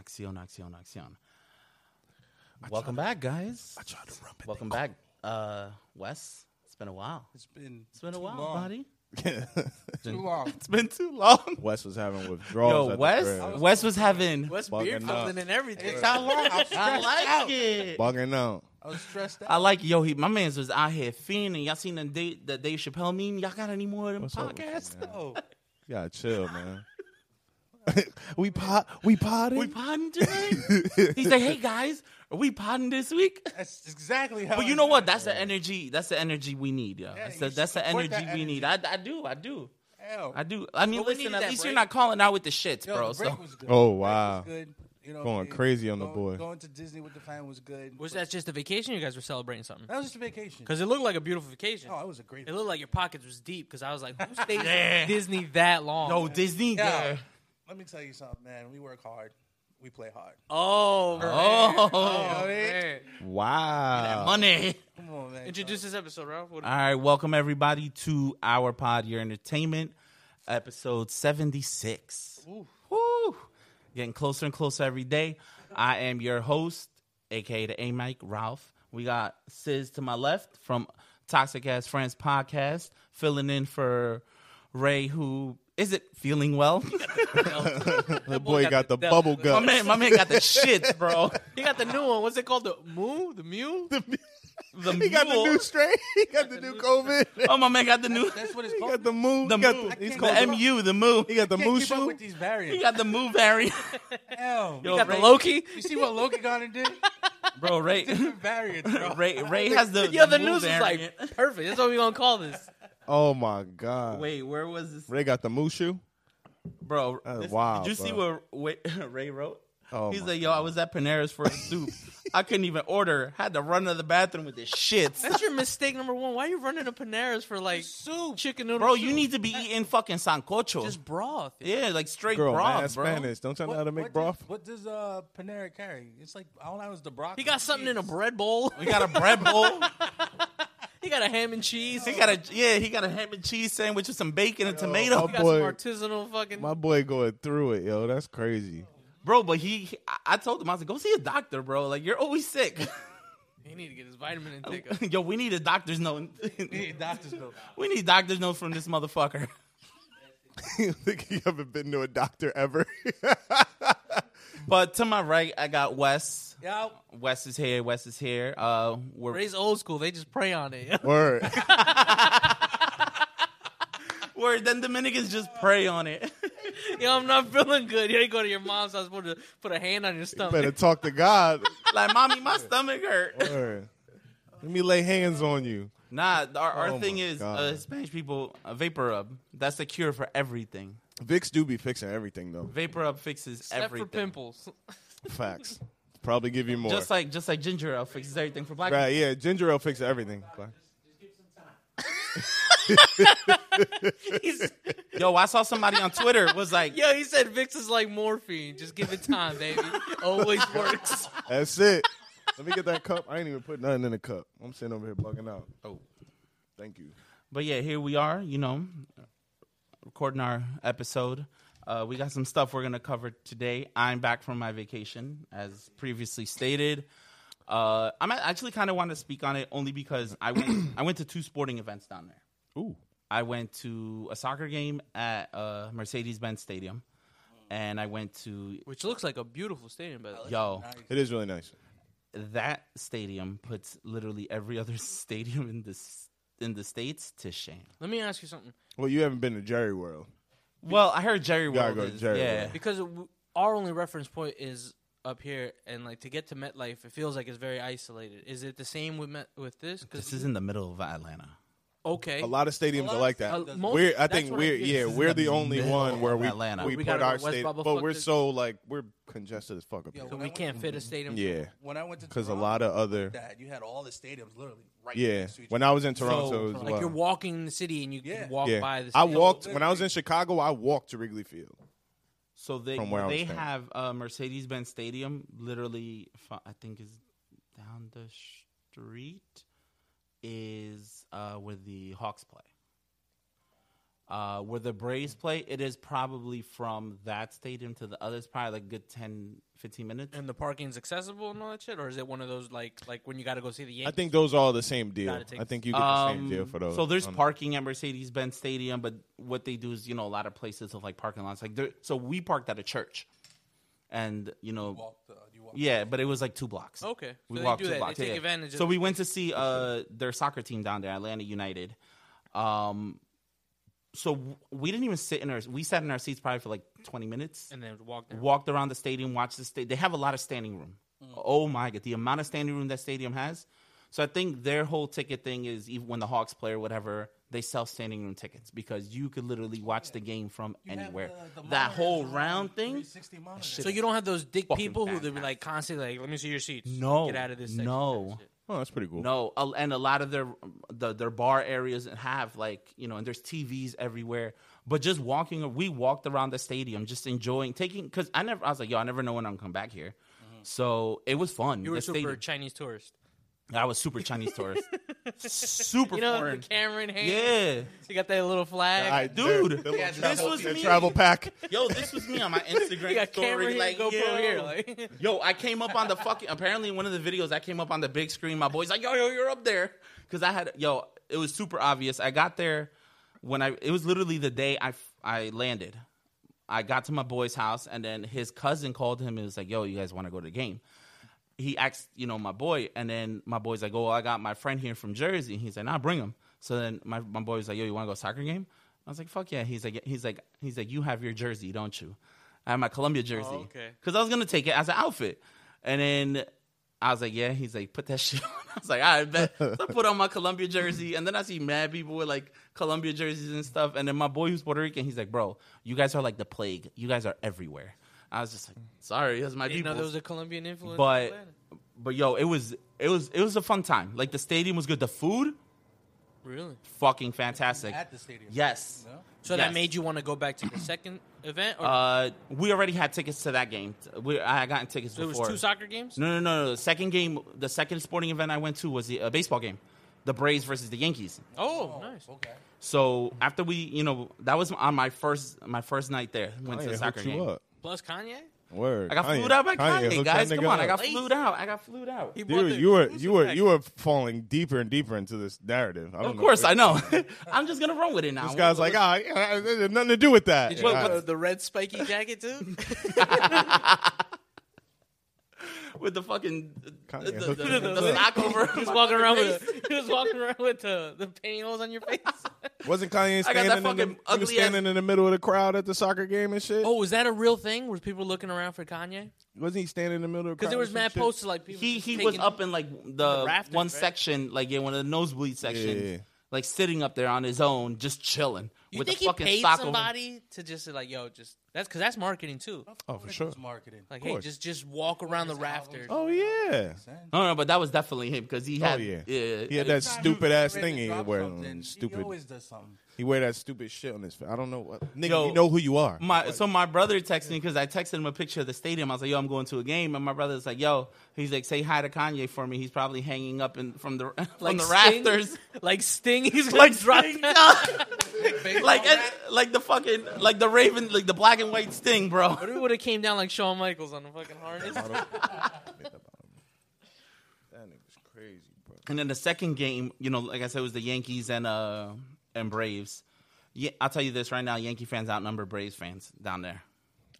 Acción, acción, acción. Welcome back, guys. I tried to rump it. Welcome back, uh, Wes. It's been a while. It's been It's been a too while, long. buddy. Too long. It's been too long. Wes was having withdrawals. at Yo, the Wes, Oh, crib. Wes was having. What's Fucking beer up. something and everything? It's how long? I was I stressed out. like it. bugging out. I was stressed out. I like yo. He, my man's was out here fiending. Y'all seen the Dave, the Dave Chappelle meme? Y'all got any more of them What's up with you, podcasts? man? Oh, You gotta chill, man. we pot, we potted. We potting today? he said, "Hey guys, are we potting this week?" that's exactly how. But you I know feel. what? That's the energy. That's the energy we need, yo. Yeah, that's you the, that's the energy support that we need. I, I do. I do. Hell. I do. I mean, But we listen. needed At that least break. you're not calling out with the shits, Yo, bro. the break so was good. Oh, The break wow. was good. You know, Going it- crazy on the going- boy. Going to Disney with the family was good. Was that just a vacation? You guys were celebrating something? That was just a vacation. Because it looked like a beautiful vacation. Oh, it was a great. It looked like your pockets was deep. Because I was like, who stays at Disney that long? yo, Disney. Yeah. yeah. Let me tell you something, man. We work hard. We play hard. oh, Oh, man. Wow. money. Come on, man. Introduce this episode, Ralph. What- All right, welcome everybody to our pod, your entertainment, episode seventy six. Woo! Getting closer and closer every day. I am your host, aka the A Mike Ralph. We got Sis to my left from Toxic Ass Friends podcast, filling in for Ray, who isn't feeling well. The boy got the bubble my gum. man, my man got the shits, bro. He got the new one. What's it called? The moo? The mew? The He got the mule. new strain. He got the new COVID. He Oh, my man got the new. That's what it's got called. the move. The, he got moo. the, he's can't called the MU, the moo. He got the Can't moo keep up shoe. with these He variants. got the moo variant. Hell, Yo, He got the Ray- Loki? you see what Loki got and did? Bro, Ray. Variants, bro. Ray, Ray has the. Yo, the mule news is like variant. perfect. That's what we gonna call this. Oh my god. Wait, where was this, Ray got the moo shoe. bro? That's this- wild, Did you see bro. what Ray, Ray wrote? Oh He's my like, yo, I was at Panera's for a soup. I couldn't even order. Had to run to the bathroom with this shit. That's your mistake number one. Why are you running to Panera's for like Soup. chicken noodle? Bro, soup? you need to be eating fucking sancocho. just broth. yeah, like straight Girl, broth, man, that's bro. Spanish. Don't y'all know how to make what broth? Does, what does uh, Panera carry? It's like all I was the broccoli. He got something in a cheese. bread bowl. We got a bread bowl. He got a ham and cheese. he got a yeah. He got a ham and cheese sandwich with some bacon and tomato. I'll- He got Boy. some artisanal fucking. My boy going through it, yo. That's crazy. bro, but he, I- I told him I was like, go see a doctor, bro. Like you're always sick. He need to get his vitamin intake up. yo, we need a doctor's note. Yeah, doctor's note. we need doctor's note from this motherfucker. you think you haven't been to a doctor ever? But to my right, I got Wes. Yeah, Wes is here. Wes is here. Uh, we're Ray's old school. They just pray on it. Word. we're then Dominicans just prey on it. Yo, I'm not feeling good. You ain't go to your mom's house. Supposed to put a hand on your You stomach. better talk to God. like, mommy, my stomach hurt. Word. Let me lay hands on you. Nah, our, our Oh thing my is God. uh, Spanish people uh, vapor rub. That's the cure for everything. Vicks do be fixing everything though. Vapor rub fixes Except everything. for pimples. Facts. Probably give you more. Just like just like ginger ale fixes everything for black. right, yeah, ginger ale fixes everything. He's, people. Yo, I saw somebody on Twitter was like, yo, he said Vicks is like morphine. Just give it time, baby. Always works. That's it. Let me get that cup. I ain't even put nothing in the cup. I'm sitting over here bugging out. Oh. Thank you. But yeah, here we are, you know, recording our episode. Uh, we got some stuff we're going to cover today. I'm back from my vacation, as previously stated. Uh, I'm a- actually kind of want to speak on it only because I went, I went to two sporting events down there. Ooh. I went to a soccer game at uh, Mercedes Benz Stadium, and I went to, Which looks like a beautiful stadium, by the way. yo, It is really nice. that stadium puts literally every other stadium in this. In the states, to shame. Let me ask you something. Well, you haven't been to Jerry World. Well, I heard Jerry gotta World. go to is- Jerry yeah, World. Because w- our only reference point is up here, and like to get to MetLife, it feels like it's very isolated. Is it the same with Met, with this? This Because is in the middle of Atlanta. okay, A lot of stadiums are like that. Uh, most- we're, I that's think what I we're, hear. yeah, This is we're the the only middle one where of we Atlanta. we We put gotta go our to West state, Bubba but we're Fuckers. so like we're congested as fuck up Yo, here. so we can't fit a stadium. Yeah, When I went to because a Toronto, lot of other that you had all the stadiums literally right. yeah. next to each When other. I was in Toronto, as Like well. you're walking in the city and you can Yeah. walk yeah. by the I stadium. walked when I was in Chicago. I walked to Wrigley Field. So they From where I was they staying. have uh, Mercedes Benz Stadium, literally, fi- I think is down the street is uh, where the Hawks play. Uh, where the Braves play, it is probably from that stadium to the other. It's probably like a good 10, 15 minutes. And the parking's accessible and all that shit, or is it one of those like like when you got to go see the I Yankees? think those are all the same deal. Gotta take- I think you get the same deal Um, for those. So there's Um, parking at Mercedes-Benz Stadium, but what they do is, you know, a lot of places have like parking lots. Like, there, so we parked at a church, and you know, Walked, uh, you walked. yeah, but it was like two blocks. Okay, so we they walked do two that. blocks. They take yeah, yeah. advantage of So we went to see uh their soccer team down there, Atlanta United. Um, so w- we didn't even sit in our. We sat in our seats probably for like 20 minutes and then walk down. walked around the stadium, watched the state. They have a lot of standing room. Mm. Oh my god, the amount of standing room that stadium has. So I think their whole ticket thing is even when the Hawks play or whatever, they sell standing room tickets because you could literally watch the game from You have anywhere. uh, the- the that whole monitors round thing. 360 monitors. So you don't have those dick Fucking people who they be fantastic. like constantly like, let me see your seats. No, get out of this. section, no. that shit. Oh, that's pretty cool. No, a- and a lot of their the, their bar areas have like you know, and there's TVs everywhere. But just walking, we walked around the stadium, just enjoying taking. Because I never, I was like, yo, I never know when I'm gonna come back here. So it was fun. you were The super stadium- Chinese tourist. I was super Chinese tourist. super You know the foreign. camera in hand. Yeah. you got that little flag. I- Dude, they're- they're Yeah, little this travel- was they're me. travel pack. Yo, this was me on my Instagram you got story. camera here, like, GoPro yo. here. Like, yo, I came up on the fucking. Apparently, in one of the videos, I came up on the big screen. My boy's like, yo, yo, you're up there. Because I had, yo, it was super obvious. I got there when I, it was literally the day I, f- I landed. I got to my boy's house, and then his cousin called him and was like, yo, you guys want to go to the game? he asked, you know, my boy, and then my boy's like, "Oh, I got my friend here from Jersey." And he's like, "Nah, bring him." So then my my boy was like, "Yo, you want to go soccer game?" I was like, "Fuck yeah!" He's like, yeah. "He's like, he's like, you have your jersey, don't you?" I have my Columbia jersey, okay. because I was gonna take it as an outfit, and then I was like, "Yeah." He's like, "Put that shit on." I was like, "I bet." So I put on my Columbia jersey, and then I see mad people with like Columbia jerseys and stuff, and then my boy who's Puerto Rican, he's like, "Bro, you guys are like the plague. You guys are everywhere." I was just like, "Sorry, that's my you know, people." there was a Colombian influence. But- in Atlanta. But yo, it was it was it was a fun time. Like the stadium was good. The food, really, fucking fantastic. at the stadium. Yes. No? so Yes. that made you want to go back to the second event, or Uh, we already had tickets to that game. We I had gotten tickets so there was before. two soccer games. no, no, no, no. The second game, the second sporting event I went to was the uh, baseball game, the Braves versus the Yankees. Oh, nice. Okay. So after we, you know, that was on my first my first night there. Went to Kanye the soccer hooked you game. up. Plus Kanye. Word. I got Kanye- flued out by Kanye, hooked guys. that Come nigga on, I up. got flued out. I got flued out. He brought Dude, the you were exclusive you were package. you were falling deeper and deeper into this narrative. I don't Of know course, what- I know. I'm just gonna run with it now. This guy's like, ah, yeah, it had nothing to do with that. Did you Yeah, wear I- the, the red spiky jacket too? with the fucking the, "Ah." Kanye the, hooked the- you the up. sock over. He was walking around with he was walking around with the the pantyhose on your face. Wasn't Kanye I got that standing, in the, fucking he was ugly ass- standing in the middle of the crowd at the soccer game and shit? oh, was that a real thing? Was people looking around for Kanye? Wasn't he standing in the middle of the crowd? Because there was and mad shit? posts like people. he just he was taking- up in like the, rafters, one right? section, like in one of the nosebleed sections, Yeah. like sitting up there on his own, just chilling You with think the he fucking paid sock somebody to just like yo, just that's because that's marketing too. Oh, for sure. It's marketing. Like Of hey, course. just just walk around the rafters. Oh, yeah. Send. over. No, no, but that was definitely him because he Oh, had yeah. yeah He had that Anytime stupid ass get ready thing to he drop wear. something, on. He Stupid. always does something. He wear that stupid shit on his face. I don't know what. Nigga, Yo. you know who you are. My so my brother texted me because I texted him a picture of the stadium. I was like, "Yo, I'm going to a game," and my brother's like, "Yo," he's like, "Say hi to Kanye for me." He's probably hanging up in from the from Like Oh, the Sting? rafters, Like Sting, he's like like drop. Sting. like like the fucking like the Raven, like the black and white Sting, bro. What if it would have came down like Shawn Michaels on the fucking harness? Uh, That nigga's crazy, bro. And then the second game, you know, like I said, it was the Yankees and uh and Braves. Yeah, I'll tell you this right now: Yankee fans outnumber Braves fans down there.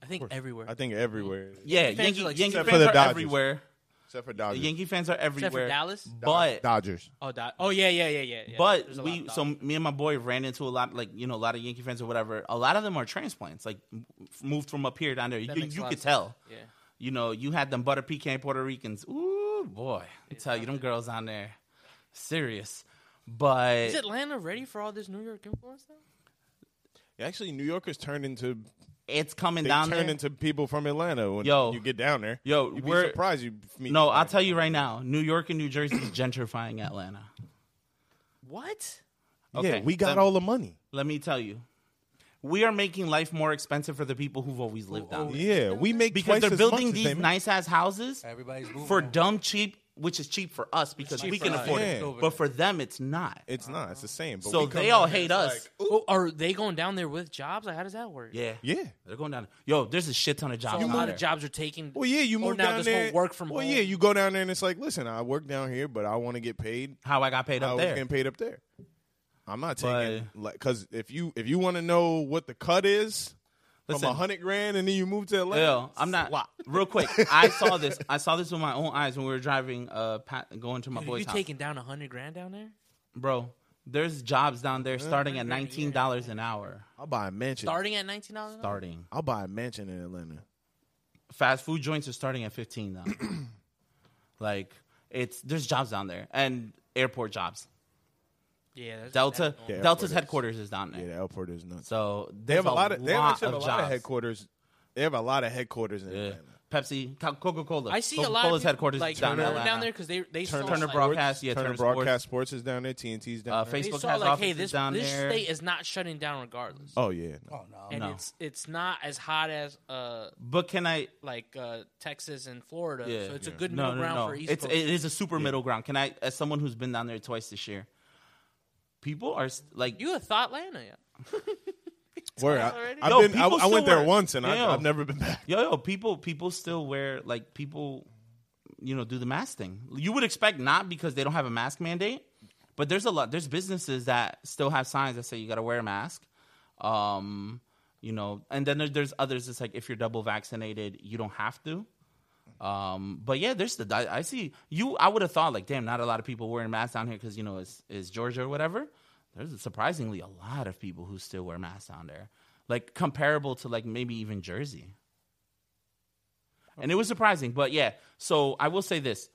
I think everywhere. I think everywhere. Yeah, fans Yankee, are like- Yankee Except for fans the are Dodgers. everywhere. Except for Dodgers. Yankee fans are everywhere. Except for Dallas. But Dodgers. Oh, Dal- oh yeah, yeah, yeah, yeah. yeah. but There's a lot we of so Dallas. me and my boy ran into a lot like you know a lot of Yankee fans or whatever. A lot of them are transplants, like m- moved from up here down there. You, That makes a you lot could of sense. tell. yeah. You know, you had them butter pecan Puerto Ricans. Ooh boy, I tell you, them girls on there, serious. But Is Atlanta ready for all this New York influence now? Actually, New Yorkers turned into it's coming they down turn there. into people from Atlanta when Yo. when you get down there. Yo, you'd be we're- surprised. You meet No, I'll tell you right now. New York and New Jersey is gentrifying Atlanta. What? Okay, yeah, we got then- all the money. Let me tell you. We are making life more expensive for the people who've always lived down there. Yeah, we make Because twice they're as much building as they these make. nice ass houses Everybody's moving. for now. dumb cheap which is cheap for us because we can for us. afford Yeah. it. But for them, it's not. It's not. It's the same. But so we come they all down here, hate it's us. like, Oh, are they going down there with jobs? Like, how does that work? yeah. yeah. They're going down. Yo, there's a shit ton of So jobs. a out lot there. of jobs are taken. Well, yeah, you Or move now down this there. whole work from well, home. yeah, you go down there and it's like, listen, I work down here, but I want to get paid. How I got paid I up was there. getting paid up there. I'm not taking because if you if you want to know what the cut is Listen. from a hundred grand and then you move to Atlanta, Yo, I'm not. it's a lot. Real quick, I saw this. I saw this with my own eyes when we were driving, uh, pa- going to my Dude, boy's you house. taking down a hundred grand down there? Bro, there's jobs down Uh, there starting at nineteen dollars an hour. I'll buy a mansion. Starting at nineteen dollars. Starting. I'll buy a mansion in Atlanta. fast food joints are starting at 15 now. like it's there's jobs down there and airport jobs. Yeah. That's Delta that's Yeah, Delta's airport is- headquarters is down there. Yeah, the airport is nuts. So They have a lot of they have actually of, have a lot jobs. of headquarters. They have a lot of headquarters in Yeah. Atlanta. Pepsi, Coca Cola. I see a lot of people, headquarters like, is down, going in down Atlanta. there because they they saw, Turner like, Broadcast, yeah, Turner Turner Broadcast Sports is down there. TNT's down Uh, there. They Facebook saw has like, hey, offices this down this there. state is not shutting down regardless, Oh yeah, no. Oh no. and no. it's it's not as hot as uh But can I like uh Texas and Florida, Yeah. so it's a good no, middle no, ground no. for East It's Coast. it is a super middle ground. Can I as someone who's been down there twice this year? People are st- like you have thought Atlanta, yeah. Word, I, already? I've Yo, been, I, people I went still there are- once and Damn. I, I've never been back. Yo, yo, people, people still wear like people, you know, do the mask thing. You would expect not because they don't have a mask mandate, but there's a lot. There's businesses that still have signs that say you got to wear a mask. Um, you know, and then there, there's others. It's like if you're double vaccinated, you don't have to. Um, but yeah, there's the I, I see you. I would have thought like, damn, not a lot of people wearing masks down here because you know it's it's Georgia or whatever. There's surprisingly a lot of people who still wear masks down there, like comparable to like maybe even Jersey. And it was surprising, but yeah. So I will say this: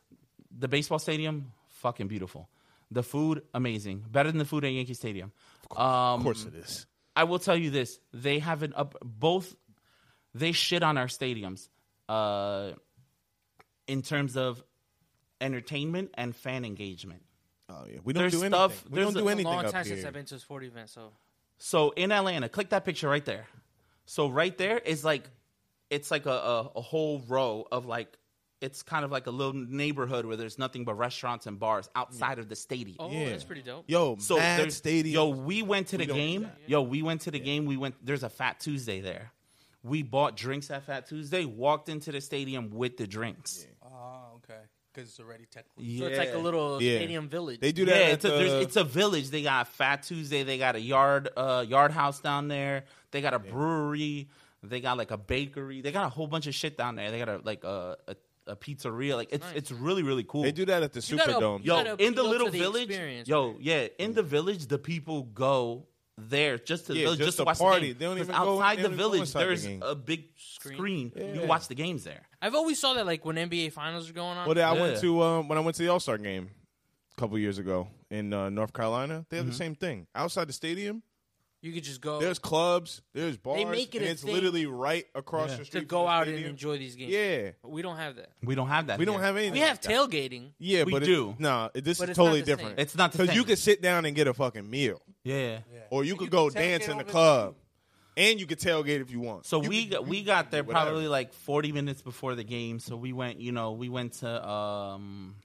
the baseball stadium, fucking beautiful. The food, amazing, better than the food at Yankee Stadium. Uh, Of course Mm-hmm. it is. I will tell you this: they have an up both. They shit on our stadiums, uh, in terms of entertainment and fan engagement. Oh yeah, we don't There's do anything. stuff- we there's a don't do It's been a anything long up time here. since I've been to a sport event, so So in Atlanta, click that picture right there. So right there is like, it's like a, a, a whole row of like, it's kind of like a little neighborhood where there's nothing but restaurants and bars outside of the stadium. oh, Yeah. that's pretty dope. Yo, So mad there's stadium. Yo, we went to the don't do game. that. Yo, we went to the game. We went. There's a Fat Tuesday there. We bought drinks at Fat Tuesday. Walked into the stadium with the drinks. Oh, okay. Because it's already technically. Yeah, So it's like a little Yeah. stadium village. they do Yeah, that. at it's a, the- there's, it's a village. They got Fat Tuesday. They got a yard uh, yard house down there. They got a brewery. They got like a bakery. They got a whole bunch of shit down there. They got a like a a, a pizzeria. Like it's Nice. it's really really cool. they do that at the You gotta- Superdome. you Yo, gotta in the appeal little to the village, experience, yo, yeah, in the village, the people go there just to Yeah, the village, just just, to to watch party. The game. They don't 'Cause even go- outside they the don't even go village, inside the there's game. a big screen. You Yeah. can watch the games there. I've always saw that like when NBA finals are going on. Well, I went Yeah. to um, when I went to the All Star game a couple years ago in uh, North Carolina. They have Mm-hmm. the same thing outside the stadium. you could just go There's clubs, there's bars, Oh. make it and a it's thing literally right across Yeah. the to street. go from the out and stadium. enjoy these games. Yeah, But we don't have that. We don't have that. we don't here. have anything. We have like that. tailgating. Yeah, We but it- do. nah, it- this But is it's not totally the same. different. It's not the Because you thing. could sit down and get a fucking meal, yeah. Yeah. or you And could go tailgate dance in the over club, and you could tailgate if you want. So You we could- got, we got there whatever. probably like 40 minutes before the game. So we went, you know, we went to um,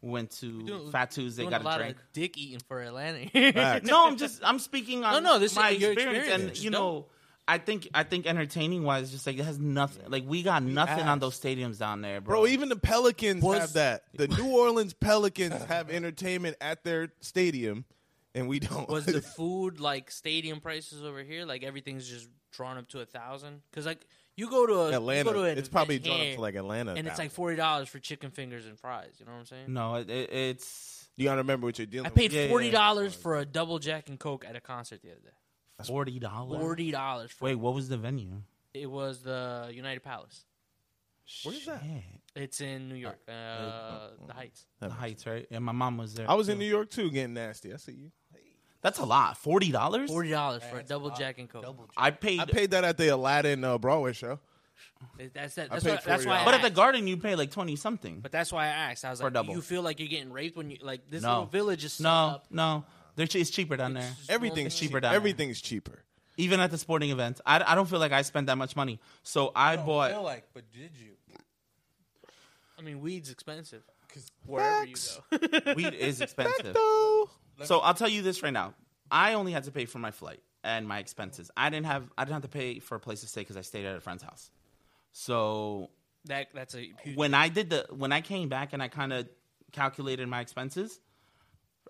we went to doing- Fat Tuesday, Doing got a a lot drink. of dick eating for Atlanta. Facts. no, I'm just I'm speaking on No, no, this is my your experience, experience. and It's you dope. know, I think I think entertaining wise, just like it has nothing. Like we got nothing on those stadiums down there, bro. Bro, even the Pelicans Was- have that. The New Orleans Pelicans have entertainment at their stadium, and we don't. was the food like stadium prices over here? Like everything's just drawn up to a thousand? Because like you go to a, you Atlanta? go to an it's probably event drawn up here, to like Atlanta, and it's now. like forty dollars for chicken fingers and fries. You know what I'm saying? no, it, it, it's you gotta remember what you're dealing. I paid Yeah, yeah, yeah. forty dollars for a double Jack and Coke at a concert the other day. forty dollars. Forty dollars for Wait, what was the venue? it was the United Palace. Where is that? Shit. It's in New York, uh, the Heights. The Heights, right? And my mom was there. I was in too. New York too, getting nasty. I see you. That's a lot. Forty dollars. Forty dollars for a That's double lot. Jack and Coke. Double check. I paid. I paid that at the Aladdin uh, Broadway show. It- That's that. I That's, paid why, that's why. I but at the asked. garden, you pay like twenty something. But that's why I asked. I was For like, double. do you feel like you're getting raped when you like this No. little village is set No, up. no, They're che- it's cheaper down there. It's- Everything's It's cheaper. cheaper down there. Everything's cheaper. Even at the sporting events, I, I don't feel like I spent that much money. So I I bought. feel like, but did you? I mean, weed's expensive. Because wherever Facts. you go. Weed is expensive. Though. So I'll tell you this right now. I only had to pay for my flight and my expenses. I didn't have I didn't have to pay for a place to stay because I stayed at a friend's house. So That that's a huge. when I did the when I came back and I kind of calculated my expenses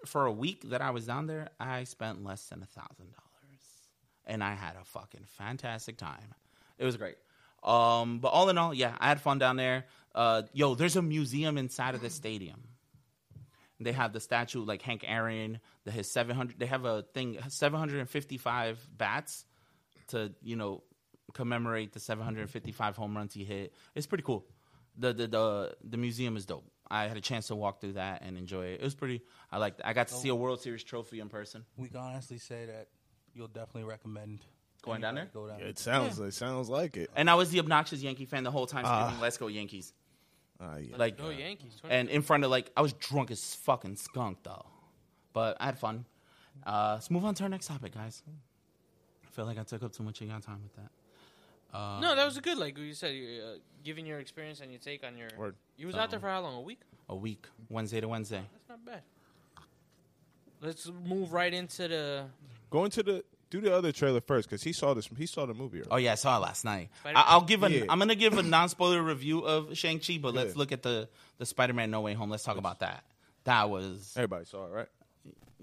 for a week that I was down there, I spent less than a thousand dollars, and I had a fucking fantastic time. It was great. Um, but all in all, yeah, I had fun down there. Uh, yo, there's a museum inside of the stadium. They have the statue like Hank Aaron, the his 700. They have a thing 755 bats to you know commemorate the 755 home runs he hit. It's pretty cool. The the the, the museum is dope. I had a chance to walk through that and enjoy it. It was pretty. I liked. It. I got to see a World Series trophy in person. we can honestly say that you'll definitely recommend Going down anybody Go down. It sounds. It sounds like it. And I was the obnoxious Yankee fan the whole time, screaming "Let's go Yankees!" Ah, yeah. Like, no Yankees. 20. and in front of like I was drunk as fucking skunk though, but I had fun. Uh, let's move on to our next topic, guys. I feel like I took up too much of your time with that. no, that was a good. Like you said, you, uh, giving your experience and your take on your. Word. You was out there for how long? A week. A week, Wednesday to Wednesday. That's not bad. Let's move right into the. Going to the do the other trailer first because he saw this. He saw the movie. Right? Oh yeah, I saw it last night. I, Spider-Man? I'll give an Yeah. am gonna give a non spoiler review of Shang Chi, but let's Good. look at the the Spider Man No Way Home. Let's talk about that. That was Everybody saw it, right?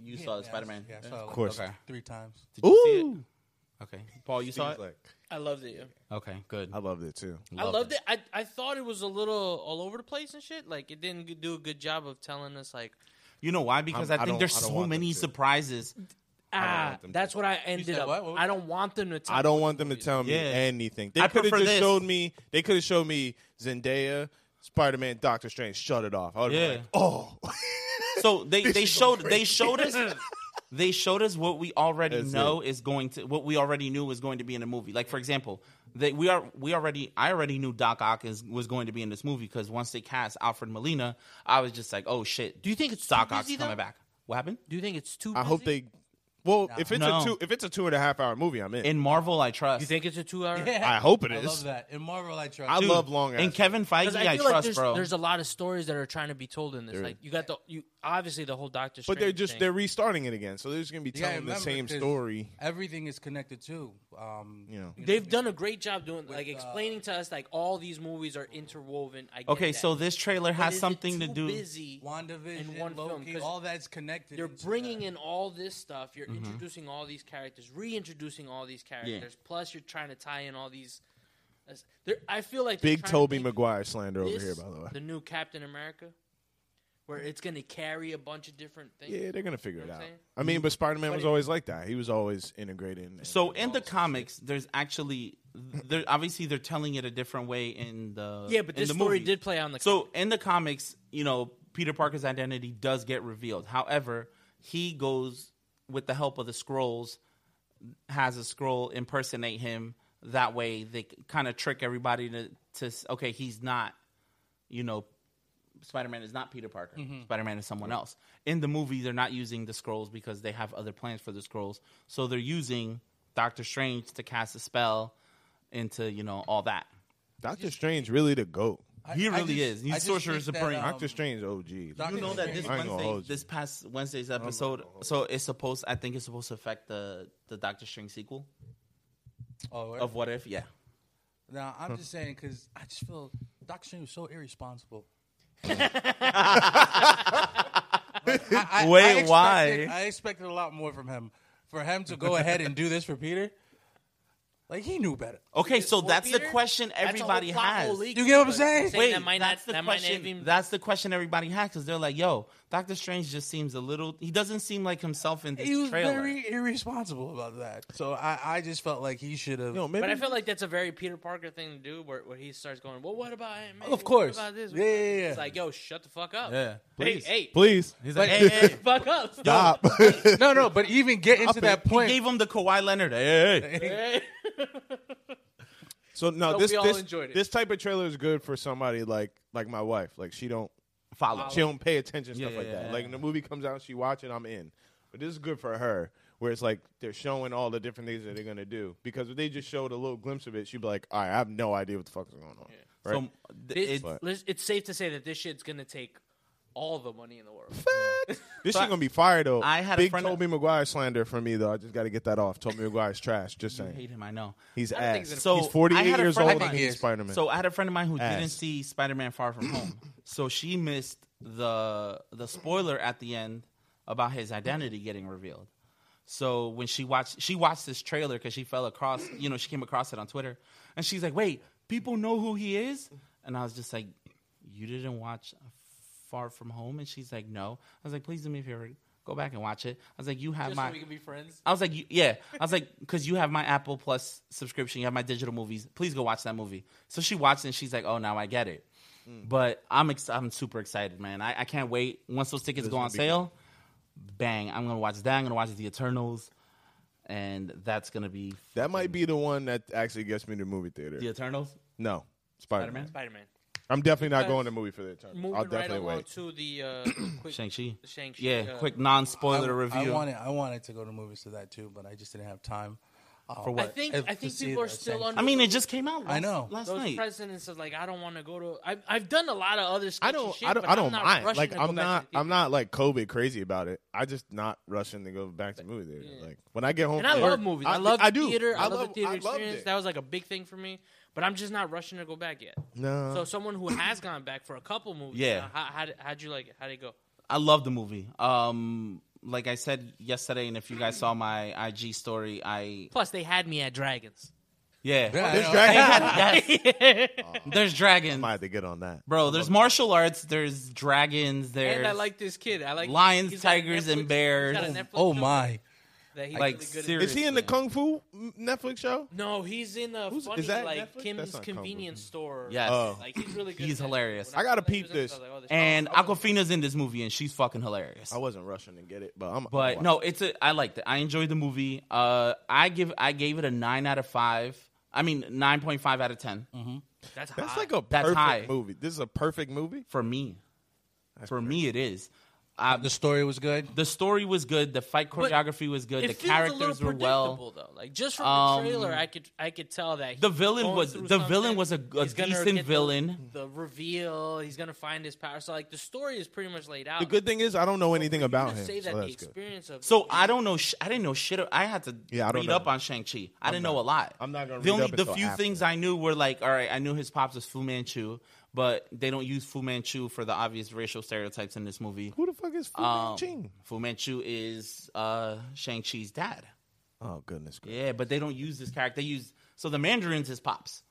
you Yeah, saw the yeah, Spider Man. Yeah, I saw it like course. Okay. three times. Did you see Ooh. it? Okay, Paul, you saw it. Like, I loved it. Yeah. okay, good. I loved it too. I loved it. I I thought it was a little all over the place and shit. Like it didn't g- do a good job of telling us like You know why? Because I'm- i I think don't- there's I don't so want them many to. surprises. ah. want them to- That's what I ended said up. what? What was- I don't want them to. tell I us don't want them to movies. tell me Yeah. anything. They I could have prefer just this. showed me. They could have showed me Zendaya, Spider Man, Doctor Strange. Shut it off. I would have Yeah. been like, oh, So they they showed they showed us they showed us what we already That's know is going to what we already knew was going to be in a movie. Like for example, they, we are we already I already knew Doc Ock is, was going to be in this movie because once they cast Alfred Molina, I was just like, oh shit. Do you think it's Doc too Ock's busy, coming though? back? What happened Do you think it's too? I hope busy? they. Well, if it's No. a two, if it's a two and a half hour movie, I'm in. in Marvel? I trust. You think it's a two-hour? I hope it I is. love that. In Marvel, I trust. I love long. and ass- Kevin Feige, Because I, I feel like trust, there's, bro. there's a lot of stories that are trying to be told in this. There like is. you got the you obviously the whole Doctor. but they're Strange just thing. they're restarting it again, so they're just gonna be You gotta telling the remember, same 'cause story. Everything is connected too. Um, You know. they've done a great job doing like uh, explaining to us like all these movies are interwoven. I get okay, that. so this trailer But has is it something to too do. Busy. WandaVision, In one film, Loki, 'cause all that's connected. You're into bringing that. in all this stuff. You're introducing all these characters, reintroducing all these characters. Plus, you're trying to tie in all these. that's- there- I feel like they're Big trying to Toby make Maguire slander over this here, by the way. the new Captain America, where it's going to carry a bunch of different things. Yeah, they're gonna figure You it know what out. I'm saying? I mean, but Spider Man But was it- always like that. He was always integrated. In So in the comics, there's actually they're obviously they're telling it a different way in the Yeah, but in this the story movie. did play out in the So in the comics, you know, Peter Parker's identity does get revealed. However, he goes with the help of the scrolls, has a scroll impersonate him. That way, they kind of trick everybody to to s- okay, he's not, you know, Spider Man is not Peter Parker. Mm-hmm. Spider Man is someone else. In the movie, they're not using the scrolls because they have other plans for the scrolls. So they're using Doctor Strange to cast a spell into you know all that. Doctor Strange really the goat. I- he I really is. just- I He's just Sorcerer think that, Supreme. um, Doctor Strange OG. Doctor You know that this I ain't gonna Wednesday, hold you. this past Wednesday's episode, so it's supposed. I think it's supposed to affect the the Doctor Strange sequel Oh, of What If. Yeah, no, I'm just saying because I just feel Doctor Strange was so irresponsible. Like, I- I- Wait, I expected- why? I expected a lot more from him. For him to go ahead and do this for Peter, like he knew better. Okay, so Well, that's Peter, the question that's a whole everybody plot hole has. leak, You get what I'm but saying? Wait, that might that's not, the that might not question. even That's the question everybody has because they're like, "Yo, Doctor Strange just seems a little. He doesn't seem like himself in this He was trailer." very irresponsible about that. So I, I just felt like he should have. No, maybe. But I feel like that's a very Peter Parker thing to do, where, where he starts going, "Well, what about Aunt May? Of course. what about this? Yeah, yeah, yeah. It's like, yo, shut the fuck up. Yeah. hey, Please. hey, Please He's like, Hey, "Hey, hey." hey, fuck up. stop. no, no. But even getting Up to that it. point, Gave him the Kawhi Leonard. Hey, hey. Hey. so no, So this we all this, enjoyed it. this type of trailer is good for somebody like like my wife. Like she don't follow. she don't pay attention to Yeah, stuff like yeah, that. yeah. Like when the movie comes out, she watch it, I'm in. But this is good for her, where it's like they're showing all the different things that they're gonna do. Because if they just showed a little glimpse of it, she'd be like, "All right, I have no idea what the fuck is going on." Right? So, mm. th- This- it- let's- it's safe to say that this shit's gonna take all the money in the world. This So shit gonna be fire though. I had a big friend- Toby Maguire slander for me though. I just got to get that off. Toby Maguire's trash. Just I saying, hate him. I know. he's I don't think ass. he's gonna- So So, he's 48 I had a years friend- I old and think he he's is. Spider Man. So I had a friend of mine who didn't Ass. see Spider-Man Far From Home, so she missed the the spoiler at the end about his identity getting revealed. So when she watched, she watched this trailer because she fell across, you know, she came across it on Twitter, and she's like, "Wait, people know who he is?" And I was just like, "You didn't watch Far From Home?" And she's like, "No." I was like, "Please do me a favor, go back and watch it." I was like, "You have Just my." so we can be friends. I was like, you- yeah. I was like, because you have my Apple Plus subscription, you have my digital movies. Please go watch that movie. So she watched it and she's like, oh, now I get it. Mm. But I'm ex- I'm super excited, man. I, I can't wait. Once those tickets This go will on be sale, bang! I'm gonna watch that. I'm gonna watch the Eternals, and that's gonna be that Hmm. might be the one that actually gets me to the movie theater. the Eternals. No, Spider Spider-Man? Man. Spider Man. I'm definitely not Uh, going to the movie for the time. Moving I'll right definitely along wait. to the uh, quick Shang Chi. the Shang-Chi, Yeah, uh, quick non spoiler I, review. I wanted I wanted to go to movies to that too, but I just didn't have time. Uh, For I what? think if- I to think see people are the still Shang-Chi. under. I mean, it just came out. Last, I know. last those night. presidents of like I don't want to go to. I, I've done a lot of other. I sketchy don't, shit, I don't, but I I'm don't not mind. rushing Like to go I'm back to not, the I'm theater. not like COVID crazy about it. I just not rushing to go back to the movie theater. Yeah. Like when I get home, And I from love work, movies. I, love I do. theater. I, love, the theater I loved experience. it. That was like a big thing for me. But I'm just not rushing to go back yet. no, So someone who has gone back for a couple movies. Yeah. now, how, how did, how'd you like it? How'd it go? I love the movie. Um, like I said yesterday, and if you guys saw my IG story, I Plus, they had me at Dragons. yeah. Yeah, I There's know. dragons. There's dragons, might have to get on that. bro. There's martial arts. There's dragons. There's and I like this kid. I like Lions, he's got a tigers, Netflix- and he's got a bears. Netflix Oh show my! That he's Like, really good at. serious- Is he in the Seriously. Kung Fu Netflix show? No, he's in a Who's- is funny that like Netflix? That's Kim's not convenience store. Yes. Oh. like he's really good. He's at that. hilarious. When I gotta saw that he peep was in it, this. I was like, oh, and I was- Aquafina's in this movie, and she's fucking hilarious. I wasn't rushing to get it, but I'm. But no, it's a. I liked it. I enjoyed the movie. Uh, I give. I gave it a nine out of five. I mean, nine point five out of 10 That's, that's high. like a That's perfect high. movie. This is a perfect movie. for me. for me, it is. Uh, The the, story was good. story was good. The fight choreography was good. It The feels a characters little were well. predictable, though. Like just from Um, the trailer, I could I could tell that The he's villain going was- through the villain something. was a- a He's gonna decent get the- villain. The, reveal, he's gonna find his power. So like the story is pretty much laid out. The good thing is I don't know anything I'm gonna about him. Say that so the that's good. experience of So I don't know. Sh- I didn't know shit. I had to Yeah, I don't read know. up on Shang Chi. I didn't not- know a lot. I'm not gonna The read only up the until few after. things I knew were like, all right, I knew his pops was Fu Manchu, but they don't use Fu Manchu for the obvious racial stereotypes in this movie. Who the fuck is Fu Um, Ching? Fu Manchu is uh, Shang Chi's dad. Oh goodness. gracious. Yeah, but they don't use this character. They use so the Mandarin's his pops,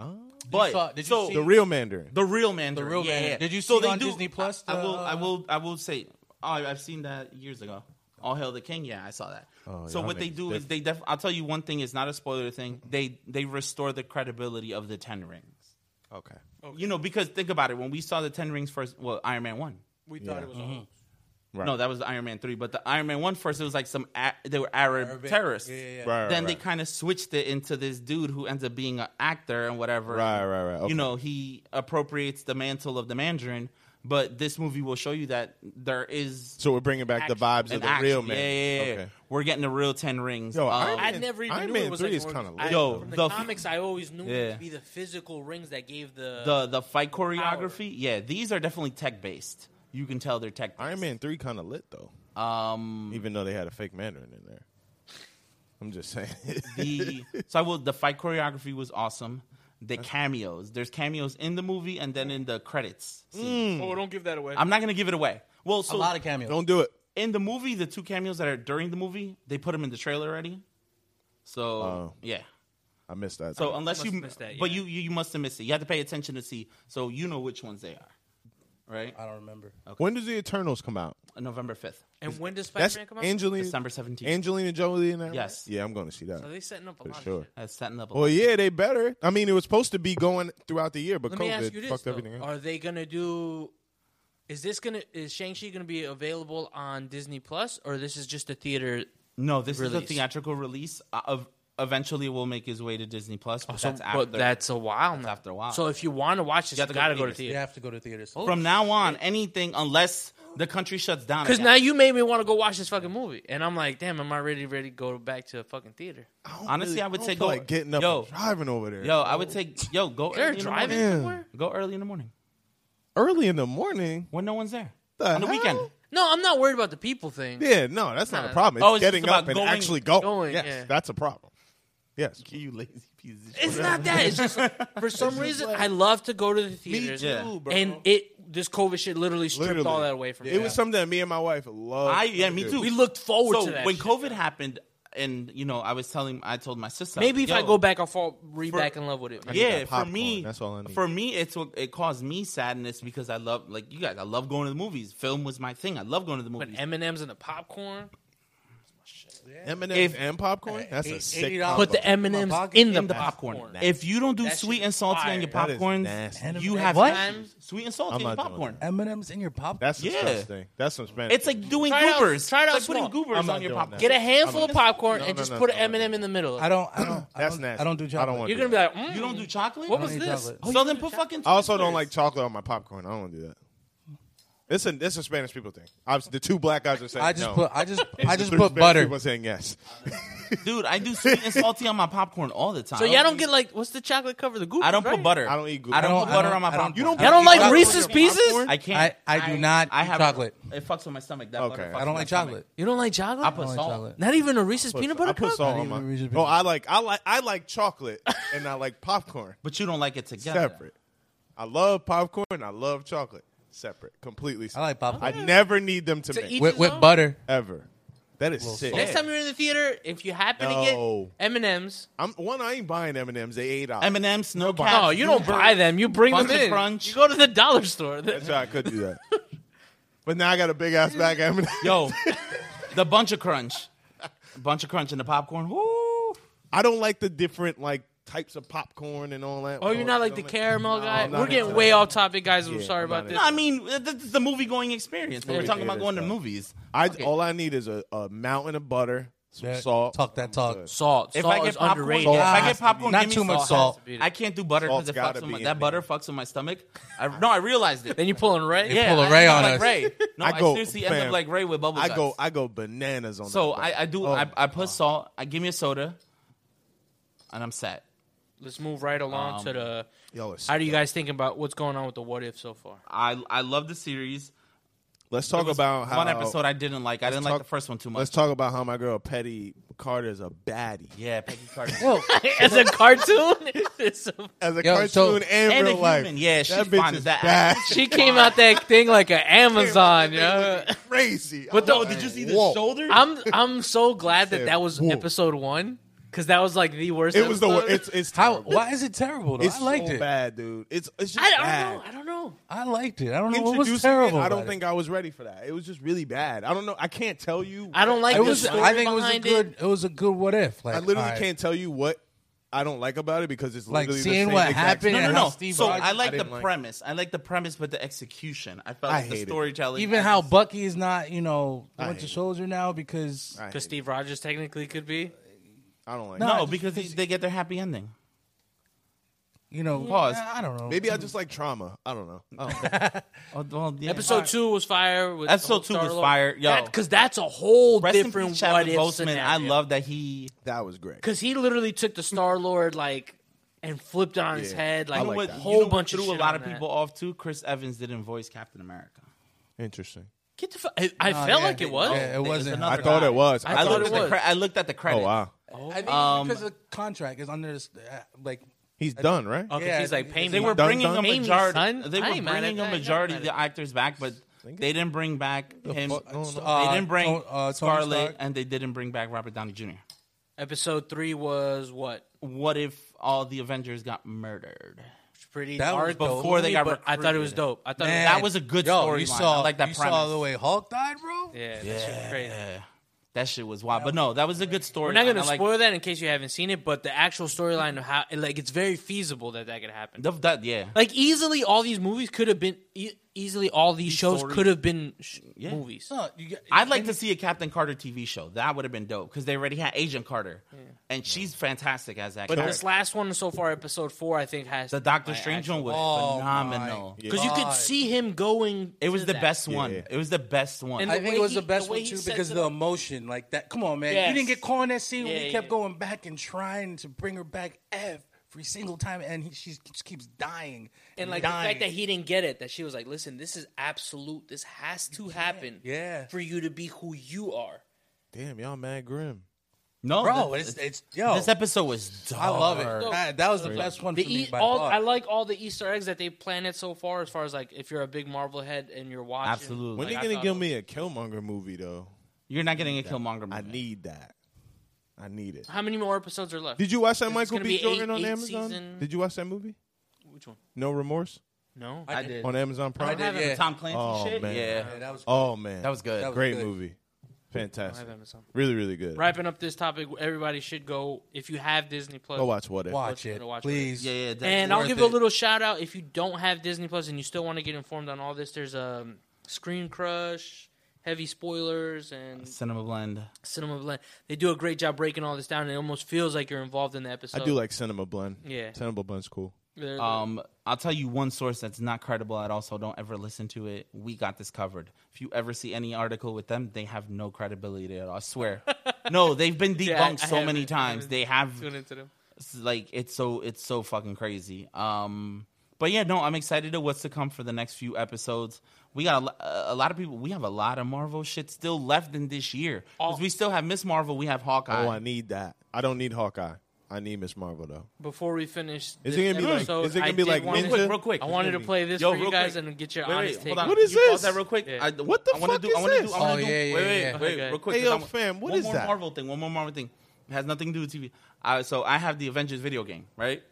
Oh. but saw- did you so see- The real Mandarin. the real Mandarin. The real yeah, Mandarin. yeah. Did you so see they on do, Disney Plus I, I will. the- uh, I will. I will say. Oh, I- I've seen that years ago. All hail the king. Yeah, I saw that. Oh, so y'all what they niggas do is different. they. Def- I'll tell you one thing. It's not a spoiler thing. They they restore the credibility of the Ten Rings. Okay. You know, because think about it. When we saw the Ten Rings first, well, Iron Man one. we thought Yeah. it was a hoax. Right. No, that was Iron Man three. But the Iron Man one first, it was like some a- they were Arab, terrorists. Yeah, yeah, yeah. Right. Then they right. kind of switched it into this dude who ends up being an actor and whatever. Right, right, right. Okay. You know, he appropriates the mantle of the Mandarin, but this movie will show you that there is So we're bringing back the vibes an of the action. real man. Yeah, yeah, yeah. Okay. We're getting the real Ten Rings. Yo, Um, Iron I Man- never even Iron knew Man it was 3 like is more- kinda I- lit, though. from the, The- comics. I always knew it Yeah. to be the physical rings that gave the the the fight choreography. Yeah, these are definitely tech based. You can tell they're tech. Iron Man three kind of lit though, Um, even though they had a fake Mandarin in there. I'm just saying. the so I will. The fight choreography was awesome. The cameos. There's cameos in the movie and then in the credits. Mm. scene. Hmm. Oh, don't give that away. I'm not gonna give it away. Well, A so lot of cameos. Don't do it. in the movie, the two cameos that are during the movie, they put them in the trailer already. So Oh. yeah. I missed that. So unless must you, have missed that, but yeah. you, you you must have missed it. You have to pay attention to see, so you know which ones they are, right? Uh, I don't remember. when does the Eternals come out? November fifth, and when does Spider That's Man come out? Angelina. December seventeenth. Angelina Jolie in that. right? Yes. Yeah, I'm going to see that. Are they setting up a For lot sure. of shit? That's setting up. A Well, yeah, they better. I mean, it was supposed to be going throughout the year, but Let me ask you COVID this: fucked though. everything up. Are they gonna do? Is this gonna is Shang Chi gonna be available on Disney Plus or this is just a theater? no, this is a Release. theatrical release. uh, Of eventually, it will make his way to Disney Plus, but that's Oh, So- after. But that's a while. now. after a while. So if you want to watch this, you, have to go gotta to go to theaters. You theater. have to go to Oh, theaters. From now on, anything unless the country shuts down. Because again. now you made me want to go watch this fucking movie, and I'm like, damn, am I ready, ready to go back to a fucking theater? don't honestly, I would don't say go- feel like getting up yo. and driving over there. yo, I would take yo go They're early in the driving morning. Yeah. somewhere. Go early in the morning early in the morning. when no one's there. the on the hell? weekend. No, I'm not worried about the people thing. Yeah, no, that's not a Nah. problem. It's Oh, it's just getting about up and going- actually going. going, yes, yeah. that's a problem. Yes. You lazy piece of shit. It's not that. It's just for some reason I love to go to the theaters, too, and it this COVID shit literally stripped Literally. all that away from me. It was something that me and my wife loved. I yeah, me do. too. we looked forward so to that. when shit. COVID happened, and you know, I was telling, I told my sister, Maybe if I "Yo, go back, I'll fall re For- back in love with it. man. need yeah, that for me, popcorn. That's all I need. For me, it's what it caused me sadness because I love, like you guys, I love going to the movies. Film was my thing. I love going to the But movies. M and M's and the popcorn. M&M's If- and popcorn. That's Eight- a sick. $80 combo. Put the M and M's My pocket in the in the popcorn. popcorn. If you don't do That sweet shit and is salty on fire. your That is popcorns, nasty. you What? have What? Times- sweet and salty I'm on your not doing popcorn. M&M's in your pop. That's Yeah. disgusting. That's some Spanish. It's like doing Try it out- goobers. try it out it's like putting small. goobers I'm not on your doing popcorn. that. Get a handful of popcorn No, and no, just no, put no, an M and no. M in the middle. I don't. I don't. I That's don't, nasty. I don't do chocolate. I don't want You're gonna be like, mm, You don't do chocolate? what was I don't eat this? Oh, chocolate. so then put fucking. I also don't Twizzlers. like chocolate on my popcorn. I don't do that. It's a it's a Spanish people thing. I was, the two black guys are saying. I just no. put. I just. It's I the just three put Spanish butter. People saying yes. Dude, I do sweet and salty on my popcorn all the time. So y'all don't get like what's the chocolate cover? The goop. I don't put right? butter. I don't eat goop. I don't, I don't- put butter I on my don't- I popcorn. don't- You don't Y'all don't I like don't Reese's like Pieces? I can't. I- I do not I eat have chocolate. It fucks with my stomach. That Okay. butter fucks I I with don't like my stomach. chocolate. You don't like chocolate? I put I don't like salt. chocolate. Not even a Reese's Put- peanut butter I put cup. salt Not on even my. Reese's Pieces. No, I like I like I like chocolate and I like popcorn But you don't like it together. separate. I love popcorn. I love chocolate separate, completely. I Separate. like popcorn I never need them to, To mix eat- with, No. with butter. ever. That is sick. Next time you're in the theater, if you happen to No. get M and M's, I'm one. I ain't buying M and M's. They eight dollars. M&M's, no cap. no, you don't buy them. You bring them Bunch of in. Crunch. You go to the dollar store. That's why I could do that. but now I got a big ass bag of M&Ms. Yo, the bunch of crunch, bunch of crunch in the popcorn. Woo! I don't like the different like types of popcorn and all that. Oh, you're not like the caramel guy. I'm not We're getting into way that. off topic, guys. I'm Yeah, sorry I'm about not this. No, I mean th- th- the movie going experience. We're Yeah, talking about yeah, going to that's right. movies. I all I need is a, a mountain of butter, some Yeah, salt. Talk that talk. Good. Salt. If salt I get is popcorn, underrated. if I Salt has get to be popcorn, in it. give me Not too much has salt. to be in it. I can't do butter because Salt's it gotta fucks with be my, in that it. butter fucks with my stomach. I, no, I realized it. Then you pulling Ray. yeah, pull a I Ray end up on like us. Ray. No, I, I go, seriously end up fam, like Ray with bubble I guts. go I go bananas on. So that butter. I, I do. Oh, I, I put salt. I give me a soda, and I'm set. Let's move right along Um, to the. yo, it's- How do you guys think about what's going on with the what if so far? I I love the series. let's talk There was about how one episode I didn't like. I didn't like talk- the first one too much. Let's talk about how my girl Petty Carter is a baddie yeah, Peggy Carter. As a cartoon, It's so- as a Yo, cartoon so- and, and a real life. human. Yeah, she's that bitch fine is as that. bad. she came out that thing like an Amazon. yo. crazy. But I'm the- like, Did you see the whoa. shoulder? I'm I'm so glad that Said, that was "Whoa." episode one because that was like the worst. It was the episode. wor- it's it's How? terrible. Why is it terrible? Though? It's I liked so it. bad, dude. It's it's just I don't bad. know. I don't know. I liked it. I don't know what Introducing was terrible. it, I don't about it. think I was ready for that. It was just really bad. I don't know. I can't tell you. I don't like it was. the story I think it was a behind good. It. was a good what if. Like I literally alright. can't tell you what I don't like about it because it's Like, literally the seeing same what exact- happened no, no, and no. how Steve so Rogers- I I like the didn't like- premise. I like the premise, but the execution. I felt I like the hate it. storytelling. Even how Bucky's not, you know, I went to hate it. soldier now because I hate Because it. Steve Rogers technically could be. I don't like. No, it. I no, just- because they, they get their happy ending. you know, Pause. I, I don't know. Maybe I just like trauma. I don't know. I don't know. Oh, well, yeah. Episode two was fire. With Episode two was fire, yo. because that's a whole Rest in different peace, what Chadwick if Boseman. I love that he. that was great. because he literally took the Star Lord like and flipped it on his Yeah. head like, I like a what- that. whole you know what bunch of threw shit a lot on of that. people off too. Chris Evans didn't voice Captain America. Interesting. Get the fu- I, I Oh, felt yeah, like it was. Yeah, it There's wasn't. another I thought guy. it was. I I, thought looked it at the was. cre- I looked at the Oh credits. wow, I think Um, it's because the contract is under this, uh, like he's done right. Okay, Yeah, he's like they- paying. They were Dun, bringing dun. a Amy, majority. son. They I were ain't mad at bringing that. a I ain't majority mad of at the actors back, but they didn't bring back him. fuck going They on? didn't bring Uh, Tony- uh, Tony Stark? Scarlett, and they didn't bring back Robert Downey Jr. Episode three was what What if all the Avengers got murdered? It's pretty That was dark though, before they got but I thought it was recruited. dope. I thought Man, it was, that was a good yo, you storyline. I saw like that you saw premise. the way Hulk died, bro. yeah, that shit was crazy. That shit was wild. But no, that was a good story. We're not gonna I like- spoil that in case you haven't seen it, but the actual storyline of how like it's very feasible that that could happen. That, that- yeah. Like easily, all these movies could have been e- easily all these, shows stories. could have been sh- movies. No, you get- I'd like to see a Captain Carter TV show. That would have been dope because they already had Agent Carter, and she's fantastic as that. But character. this last one so far, episode four, I think has the Doctor Strange one was Oh, phenomenal. my because you could see him going. It was to the that. best one. Yeah. It was the best one. And I the think way it was he- the best the way one he too said because to of the the- emotion like that. Come on, man, Yes. you didn't get caught in that scene. Yeah, when we kept yeah. going back and trying to bring her back. F every single time, and he, she just keeps dying And like the dying. fact that he didn't get it, that she was like, "Listen, this is absolute. This has to happen. Yeah. for you to be who you are." Damn, y'all mad grim. No, bro, th- it's th- it's yo, this episode was dark. Oh. I love it. That, that was the best one The for me e- by all, far. I like all the Easter eggs that they planted so far. As far as like, if you're a big Marvel head and you're watching, Absolutely. When like, I they gonna thought give it me a Killmonger movie though? You're not getting a Killmonger movie. I need that. I need it. was- How many more episodes are left? Did you watch that It's Michael gonna B. be Jordan eight- on eight Amazon? season- Did you watch that movie? Which one? No remorse No. I did. on Amazon Prime. I did, The yeah. Tom Clancy Oh, shit. man. Yeah, Yeah, that was Oh man, that was good. That was great good. movie. I Fantastic. have Amazon. Really, really good. Wrapping up this topic, everybody should go if you have Disney Plus. Go watch what if. watch Let's it, go watch please. yeah, yeah. That's and I'll worth give it. a little shout out if you don't have Disney Plus and you still want to get informed on all this. There's a um, Screen Crush, heavy spoilers, and cinema blend. Cinema Blend. They do a great job breaking all this down, and it almost feels like you're involved in the I episode. do like Cinema Blend. Yeah. Cinema Blend's cool. They're- Um, I'll tell you one source that's not credible at all, so don't ever listen to it. We got this covered. If you ever see any article with them, they have no credibility at all. I swear. no, they've been debunked Yeah, I- I so many haven't- times. haven't They have tune into them. it's like it's so it's so fucking crazy. Um, but yeah, no, I'm excited to what's to come for the next few episodes. We got a, lo- a lot of people. We have a lot of Marvel shit still left in this year because we still have Miss Marvel. We have Hawkeye. Oh, I need that. I don't need Hawkeye. I need Miss Marvel though. Before we finish, Is this it gonna be like- episode, is it gonna I be did like wanna- real quick, Ninja? real quick. I wanted to play this Yo, for you real guys quick. and get your Wait, wait, honest take. hold on. What is Can you pause this? that real quick. Yeah. I, What the I wanna fuck do, is I wanna this? Do, I wanna Oh, do, yeah, wait, yeah, wait, yeah. wait, Okay. real quick. Hey, 'cause yo, I'm- fam, what one is more that? Marvel thing. One more Marvel thing. It has nothing to do with TV. Uh, so I have the Avengers video game, right?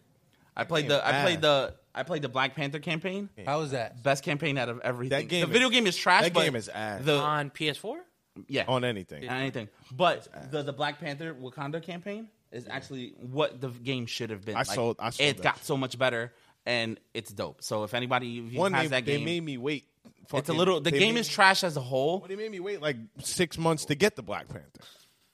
I played the. I ass. played the. I played the Black Panther campaign. How was that? Best campaign out of everything. That game the video is- game is trash. that but game is ass. The on PS4. Oh. yeah On anything. anything. But the the Black Panther Wakanda campaign is actually what the game should have been. I sold- I sold It that got shit. so much better, and it's dope. So if anybody if you One has they, that they game, made me wait. it's a fucking- little. The they game made is me- trash as a whole. They made me wait like six months to get the Black Panther.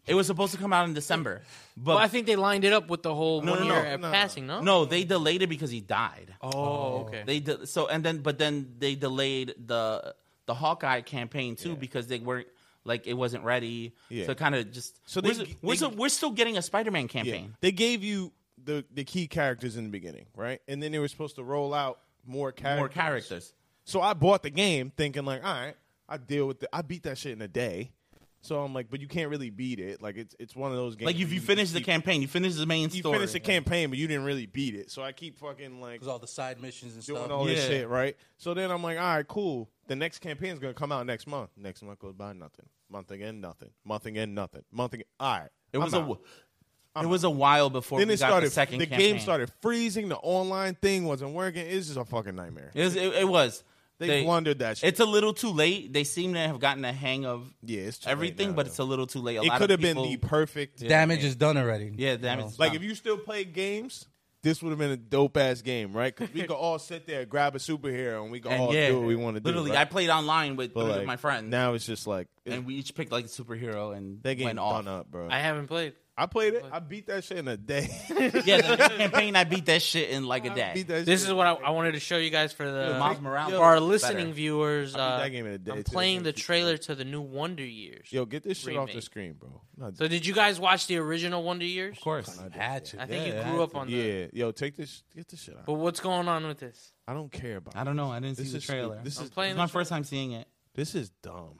It was supposed to come out in December, but Well, I think they lined it up with the whole No, one no, no, year at no, no. passing. No, no, they delayed it because he died. Oh, okay. They de- so and then but then they delayed the the Hawkeye campaign too because they weren't like it wasn't ready. Yeah. So kind of just so So they- we're, s- we're, they- s- we're still getting a Spider-Man Yeah. campaign. They gave you the the key characters in the beginning, right? And then they were supposed to roll out more characters. More characters. So I bought the game thinking like, all right, I deal with the I beat that shit in a day. So I'm like, but you can't really beat it. Like it's it's one of those games. Like if where you finish the keep- campaign, you finish the main you story. finish the campaign, but you didn't really beat it. So I keep fucking like Because all the side missions and doing stuff. all this Yeah. shit, right? So then I'm like, all right, cool. The next campaign is gonna come out next month. Next month goes by nothing. Month again, nothing. Month again, nothing. Month again. All right. It was I'm a out. wh- it was a while before then we it got started. the second campaign. game started freezing. The online thing wasn't working. It's just a fucking nightmare. It was. It, it was. They, blundered that shit. It's a little too late. They seem to have gotten the hang of yeah, it's too late everything, now, but though. it's a little too late. A it lot could of have been people, the perfect. Damage is done already. Yeah, damage You is Like if you still played games, this would have been a dope ass game, right? Because we could all sit there, grab a superhero, and we could and all yeah, do what we want to do. Literally, right? I played online with But, three like, of my friends, Now it's just like and we each picked like a superhero and that game went done off. up, bro. I I, haven't played. played it. I beat that shit in a day. yeah, the campaign. I beat that shit in like a day. beat that This shit. is what I, I wanted to show you guys for the Miles Morales for our is listening better. viewers. beat Uh, that game in a day, I'm too. playing the trailer to the new Wonder Years. Yo, get this shit off the Remake. screen, bro. No, So, did you guys watch the original Wonder Years? Of course, Had to. I think Yeah, you grew up on that. yeah, yo, take this. Get this shit out. But what's going on with this? I don't care about. I don't know. I didn't This see the is stupid. trailer. This This is is I'm playing. my the- first time seeing it. This is dumb.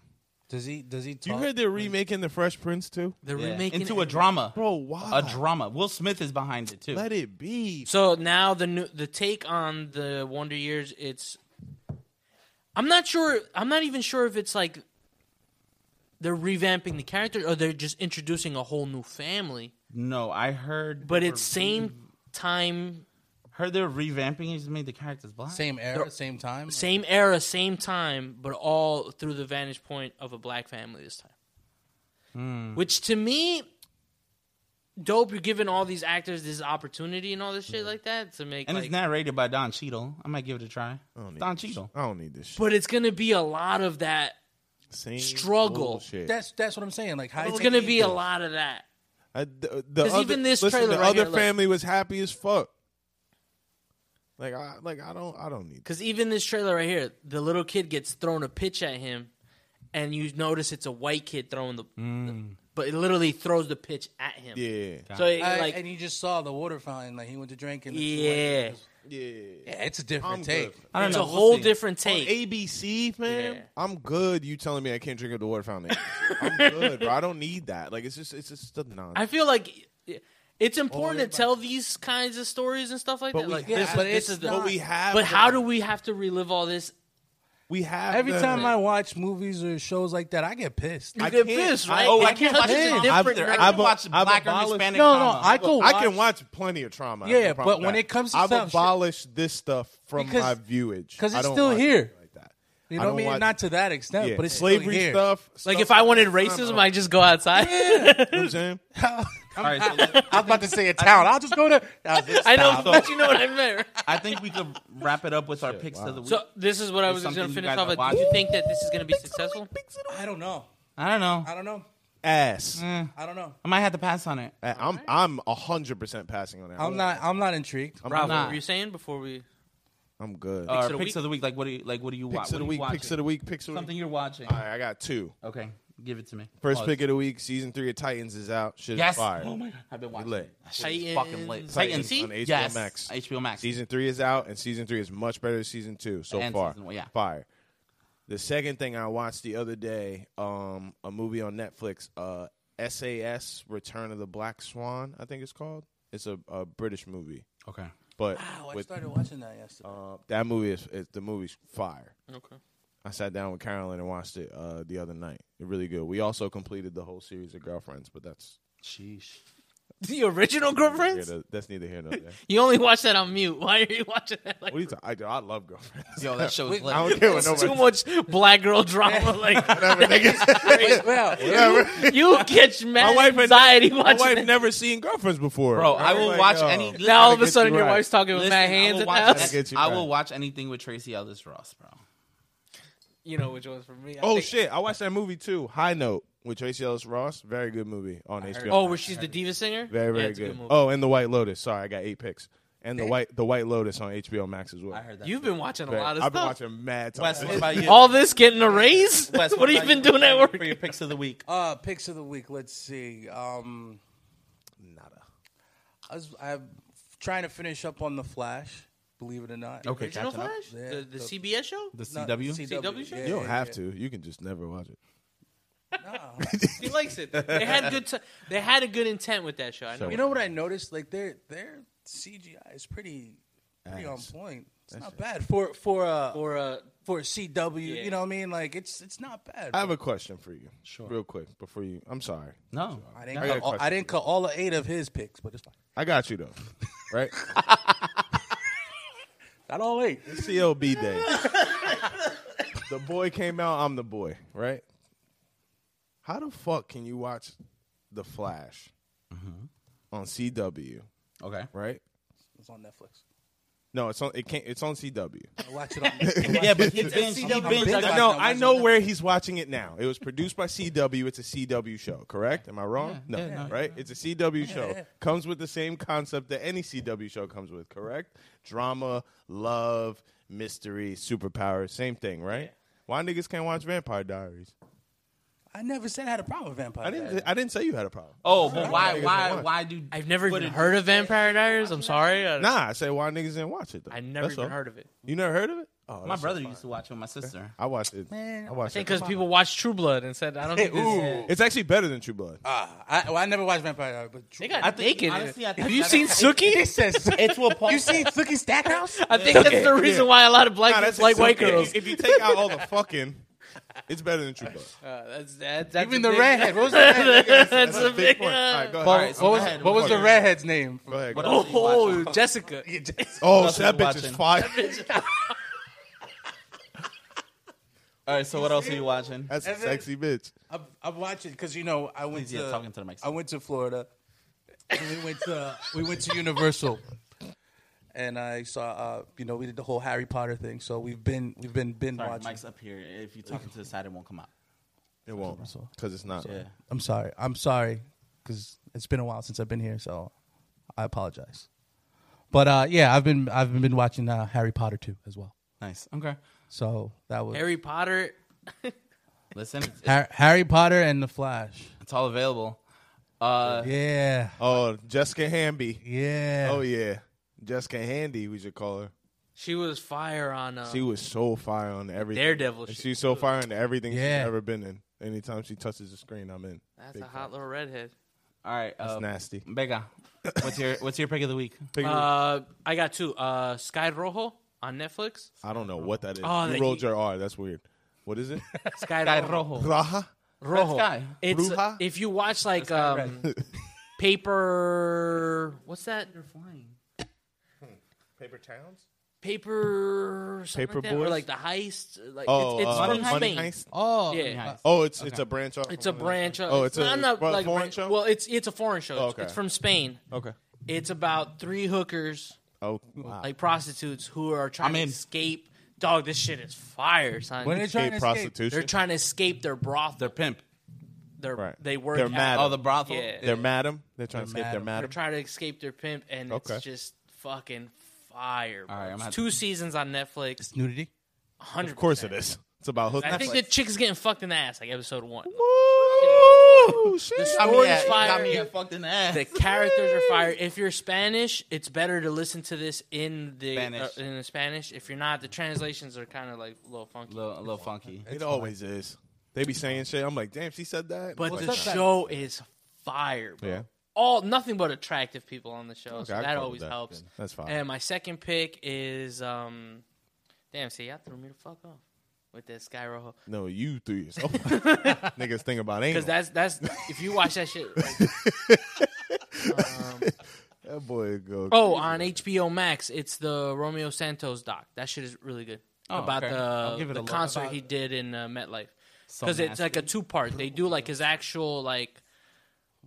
Does he? Does he? Talk? You heard they're remaking the Fresh Prince too, They're Yeah. remaking into it. a drama, bro. Why? a drama. Will Smith is behind it too. Let it be. So now the new the take on the Wonder Years, it's I'm not sure I'm not even sure if it's like they're revamping the character or they're just introducing a whole new family. No, I heard, But it's same time, heard they're revamping. He just made the characters black. Same era, same time. same era, same time, but all through the vantage point of a black family this time. Hmm. Which to me dope you're giving all these actors this opportunity and all this shit like that to make and like, it's narrated by Don Cheadle. I might give it a try. need Don this Cheadle. I don't need this shit. but it's gonna be a lot of that Same Struggle. bullshit. That's that's what I'm saying. Like, how It's did gonna he- be a lot of that. I- the, the 'Cause other, even this listen, trailer the right other here, look. family was happy as fuck. Like I like I don't I don't need this. Because even this trailer right here, the little Hmm. kid gets thrown a pitch at him, and you notice it's a white kid throwing the. but it literally throws the pitch at him. Yeah. So it, I- like, and you just saw the water fountain, like he went to drink and yeah, Yeah. yeah, it's a I'm different good. take. I don't it's know. a We'll whole see. different On take. ABC, man. Yeah. I'm good. You telling me I can't drink at the water fountain? I'm good, bro. I don't need that. Like it's just it's just stuff nonsense. I feel like it's important everybody- to tell these kinds of stories and stuff like But that. we Like, have- this, is- but this it's is the, but not- we have. but how do them. we have to relive all this? we have Every them. time I watch movies or shows like that, I get pissed. You I get can't- pissed, I- right? Oh, It I can't watch touches it. a I've- different I've, nerve. I've watched I've black or abolished- Hispanic. No, no, comedy. I go. I can watch plenty of trauma. I have Yeah, no problem but with when that. it comes to I've stuff- abolished this stuff from Because- my viewage 'cause it's I don't still watch here. it Like that. You know what I I don't mean? watch- Not to that extent, yeah. but it's slavery still here. stuff. like stuff if I from wanted that time, racism, don't- I just go outside. You know what I'm saying? All right, so I was about to say a town. I'll just go to. I was like, I know, Stop. but you know what I meant. I think we could wrap it up with our picks of the week. So this is what I was going something to you finish guys off are with. Do you watching. think that this is going to be successful? I don't know. I don't know. I don't know. Ass. I don't know. I might have to pass on it. I- I'm I'm hundred percent passing on that. I'm not. I'm not intrigued. I'm, Rob, Nah. what were you saying before we? I'm good. Or of the picks week? of the week. Like what? Do you, like what do you watch? picks of the week. Picks of the week. Picks of the Something week. you're watching. All right, I got two. Okay, give it to me. First Pause. pick of the week. Season three of Titans is out. Shit Yes. is fire. Oh my god, I've been watching. Lit. it. That shit is Fucking lit. Titans. Titans. See? on HBO yes. Max. HBO Max. Season three is out, and season three is much better than season two so And far. season one, yeah. Fire. The second thing I watched the other day, um, a movie on Netflix, uh, SAS: Return of the Black Swan, I think it's called. It's a, a British movie, Okay. but Wow, I with, started watching that yesterday. uh, that movie is, is the movie's fire. Okay. I sat down with Carolyn and watched it uh, the other night. It really good. We also completed the whole series of Girlfriends, but that's Sheesh. The original girlfriends. neither- that's neither here nor there. You only watch that on mute. Why are you watching that? Like what are you talking? I, do- I love Girlfriends. Yo, that show's lit. I don't care what It's nobody. too much black girl drama. Like well, Whatever. you catch mad wife had- anxiety My watching wife that. never seen girlfriends before. Bro, I will watch any. listen, Now all of Gotta a get sudden, you your right. wife's talking with listen, mad I hands will, and watch, ass. Gotta get you I right. will watch anything with Tracy Ellis Ross, bro. You know which one's for me. I Oh think- shit! I watched that movie too. High Note with Tracy Ellis Ross. Very good movie on HBO. Oh, where she's the diva singer. very Yeah, very it's a good. movie. oh, and the White Lotus. Sorry, I got eight picks. And the white the White Lotus on HBO Max as well. I heard that. You've been watching a Very- lot of I've been stuff. watching mad. Wes, times. what about you? All this getting a raise. Wes, what have about you been doing at work? for your picks of the week? uh, picks of the week. Let's see. Um, Nada. I was, I'm trying to finish up on the Flash. Believe it or not. Okay, Original Captain Up. Flash, Yeah, the, the the- CBS show. The Not- CW. CW show? yeah, You don't yeah, have yeah. to. You can just never watch it. He likes it. They had good. T- they had a good intent with that show. I know. You know what I noticed? Like their their CGI is pretty pretty on Ass. point. It's not bad for for uh for, Or uh, CW. Yeah. You know what I mean? Like it's it's not bad. I have a question for you, Sure. real quick before you. I'm sorry. No. I didn't I got cut a all, I question didn't cut all the eight of his picks, but it's fine. I got you though, right? Not all eight. CLB day. the boy came out. I'm the boy, right? How the fuck can you watch The Flash on CW, Okay. right? It's on Netflix. No, it's on. It can't. It's on CW. I watch it on. Netflix. Yeah, but he's been, he's CW. been I I got know. that. I know where he's watching it now. It was produced by CW. It's a CW show, correct? Am I wrong? Yeah, no, yeah, no, right? It's a CW show. yeah. Comes with the same concept that any CW show comes with, correct? Drama, love, mystery, superpowers, same thing, right? Why niggas can't watch Vampire Diaries? I never said I had a problem with Vampire. I didn't. I didn't say you had a problem. Oh, but why? Why? Why do? I've never what even did- heard of Vampire Diaries. I'm sorry. I, Nah, I said why niggas didn't watch it. Though. I never That's even all. heard of it. You never heard of it? Oh, My that's so brother fine. used to watch with my sister. I watched it. Man, I watched I think it. because people watched True Blood and said, "I don't think this." It's actually better than True Blood. Ah, I, well, I never watched Vampire Diaries, but They got I think- naked. in it. honestly, I think have you that's- seen Suki? It says It's what Paul. you seen Sookie Stackhouse? I think that's the reason why a lot of black Nah, that's girls like white acceptable. girls. If you take out all the fucking, it's better than True Blood. Uh, that's, that, that's Even a the big- redhead. What was the redhead? That's a big. All right, go ahead. Oh, All right, so What was, go ahead. what was the Fuck it. redhead's name? Go ahead. What go else ahead. you watching? Oh, Jessica. Oh, else are that you bitch is watching? fire. All right. So what else are you watching? That's a And then- sexy bitch. I'm, I'm watching because you know I went Please, yeah, to talking to the mic. I went to Florida. and we went to we went to Universal, and I saw uh, you know we did the whole Harry Potter thing. So we've been we've been been Sorry, watching. mic's up here. If you talk to the side, it won't come out. It won't, because it's not. Yeah. I'm sorry. I'm sorry because it's been a while since I've been here, so I apologize. But uh, yeah, I've been I've been watching uh, Harry Potter too as well. Nice. Okay. So that was Harry, Harry Potter. Listen, it's, it's, Harry Potter and the Flash. It's all available. Uh, Yeah. Oh, Jessica Hamby. Yeah. Oh yeah, Jessica Handy. We should call her. She was fire on uh, She was so fire on everything. Daredevil. And shit. she's so fire into everything Yeah. she's ever been in. Anytime she touches the screen, I'm in. That's Big a hot little redhead. all right, That's uh, nasty. Becca, what's your what's your pick of the week? Figure- Uh, I got two. Uh, Sky Rojo on Netflix. I don't know what that is. Oh, you the- rolled your R. That's weird. What is it? Sky, Guy Rojo. Rojo. Raha. Rojo. Sky. It's Bruja? if you watch like um, paper. What's that? Hmm. Paper Towns. Paper. Paper like that, or Boys? like the heist. Like Oh, it's, it's uh, from Money Spain. Heist? Oh. Yeah. uh, Oh, it's it's a branch off. It's a from Money branch. Of, Oh, it's a I'm not, fo- like, foreign ran- show? Oh, Well, it's it's a foreign show. It's, Okay. it's from Spain. Heist. Okay. It's about three hookers, Oh, wow. like prostitutes, who are trying I'm to in. escape. Dog, this shit is fire, son. When they're trying to Escape escape. prostitution. They're trying to escape their brothel. Their pimp. They're, Right. They work. They're at- mad. Oh, the brothel. Yeah. They're madam. They're trying to escape madam. their Eh, They're madam. trying to escape their pimp, and Okay. it's just fucking fire. Bro. All right, I'm It's at- two seasons on Netflix. It's nudity. Hundred. Of course it is. It's about hooking. I think the chick is getting fucked in the ass, like episode one. Ooh, shit. The Got me story's at- fire. Got me at fucked in the ass. The characters are fire. If you're Spanish, it's better to listen to this in the Spanish. uh, in the Spanish. If you're not, the translations are kind of like a little funky. little, a little funky. It always is. They be saying shit. I'm like, damn, she said that. But Like, the show is fire, bro. yeah, All nothing but attractive people on the show, so Okay, I that call it always that. helps. that's fine. And my second pick is um, damn, see, y'all threw me the fuck off with that Sky Rojo. no, you threw yourself. Niggas think about anal. Because that's that's if you watch that shit. like- that boy go. oh, on HBO Max, it's the Romeo Santos doc. That shit is really good Oh, about okay. I'll give it the a the look. concert he did in uh, MetLife. So Because it's nasty. like a two part. They do like his actual like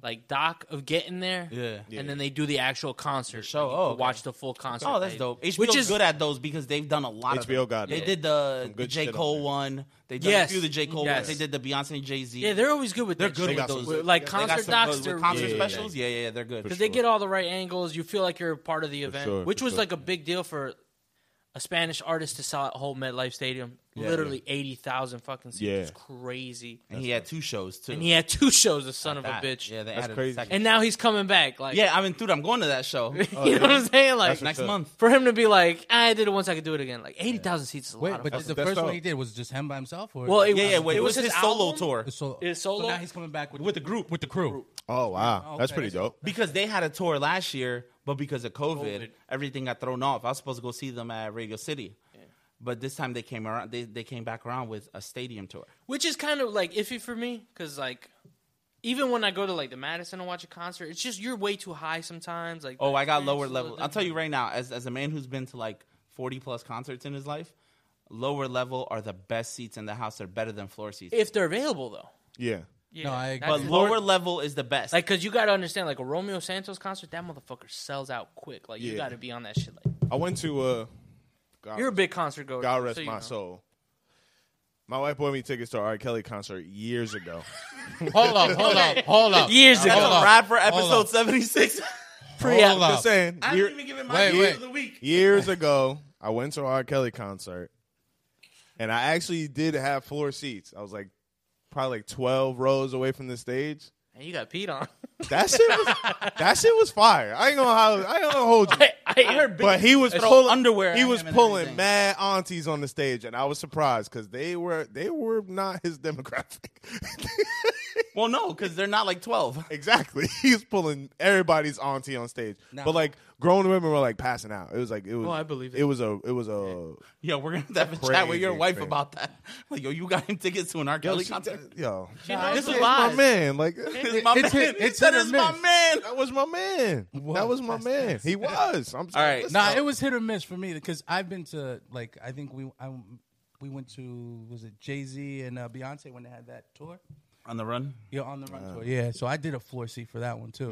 like doc of getting there. Yeah. And then they do the actual concert. show, Like, you oh, can okay. watch the full concert. Oh, that's like- dope. HBO's Which is good at those because they've done a lot. HBO of them. got it. They did the, Some the good J shit on Cole there. one. They did a Yes. few of the J Cole Yes. ones. They did the Beyonce and Jay Z. yeah, they're always good with They're that good shit. with got those. some- With, like They They got concert some docs, good- they're with concert really yeah, good. yeah. specials. Yeah, yeah, yeah, they're good. because they get all the right angles. You feel like you're a part of the event, sure, which for was sure. like a big deal for a Spanish artist to sell at whole MetLife Stadium. Literally eighty thousand fucking seats. Yeah. It's crazy. And he had two shows too. And he had two shows. The son of That. a bitch. Yeah, they That's added a crazy. second. And now he's coming back. Like yeah, I mean, dude, I'm going to that show you know what I'm saying? Like That's next what's up. month. for him to be like, I did it once, I could do it again. Like eighty thousand seats is a Wait, lot. but of did the that's first one dope. he did was just him by himself, or Well, it- Yeah, yeah. Wait, it was his, solo album? tour so, It's so solo? now he's coming back with, with the group with the crew. Oh wow, that's Okay. pretty dope. because they had a tour last year, but because of COVID, COVID. everything got thrown off. I was supposed to go see them at Radio City, but this time they came around. They they came back around with a stadium tour. which is kind of like iffy for me because like even when I go to like the Madison and watch a concert, it's just you're way too high sometimes. Like Oh, the I got experience lower is a level. little I'll tell you different. right now, as as a man who's been to like forty plus concerts in his life, lower level are the best seats in the house. They're better than floor seats. if they're available though. Yeah, Yeah, No, I that's but it. lower level is the best. Like, cause you gotta understand, like a Romeo Santos concert, that motherfucker sells out quick. Like, you Yeah. gotta be on that shit. Like, I went to. uh God, you're a big concert goer. God so rest you my know. soul. My wife bought me tickets to a R. Kelly concert years ago. Hold up, hold up, hold up. Years that's ago, Hold a on, wrap for hold episode on. seventy six. pre Hold Just up. saying, I year- haven't even given my Wait, year wait. of the week. years ago, I went to a R. Kelly concert, and I actually did have floor seats. I was like probably like twelve rows away from the stage. and you got peed on. That shit was that shit was fire. I ain't gonna how I ain't gonna hold you. I, heard But he was Throw pulling underwear He at was him and pulling everything. mad aunties on the stage, and I was surprised because they were they were not his demographic. Well, no, because they're not like twelve. exactly, he's pulling everybody's auntie on stage. But like grown women were like passing out. It was like it was. Oh, I believe it. it. was a it was a Yo, we're gonna have a chat with Crazy your wife experience. about that. Like, yo, you got him tickets to an R. Kelly concert. yo. She knows this the is My lies. man, like This is my It's man. hit- it's that hit or is my miss. man. that was my man. That was my man. He was. I'm All right, listen, Nah, it was hit or miss for me because I've been to like I think we I, we went to was it Jay Z and uh, Beyonce when they had that tour. On the run. You're on the run Uh. tour, yeah. So I did a floor seat for that one too.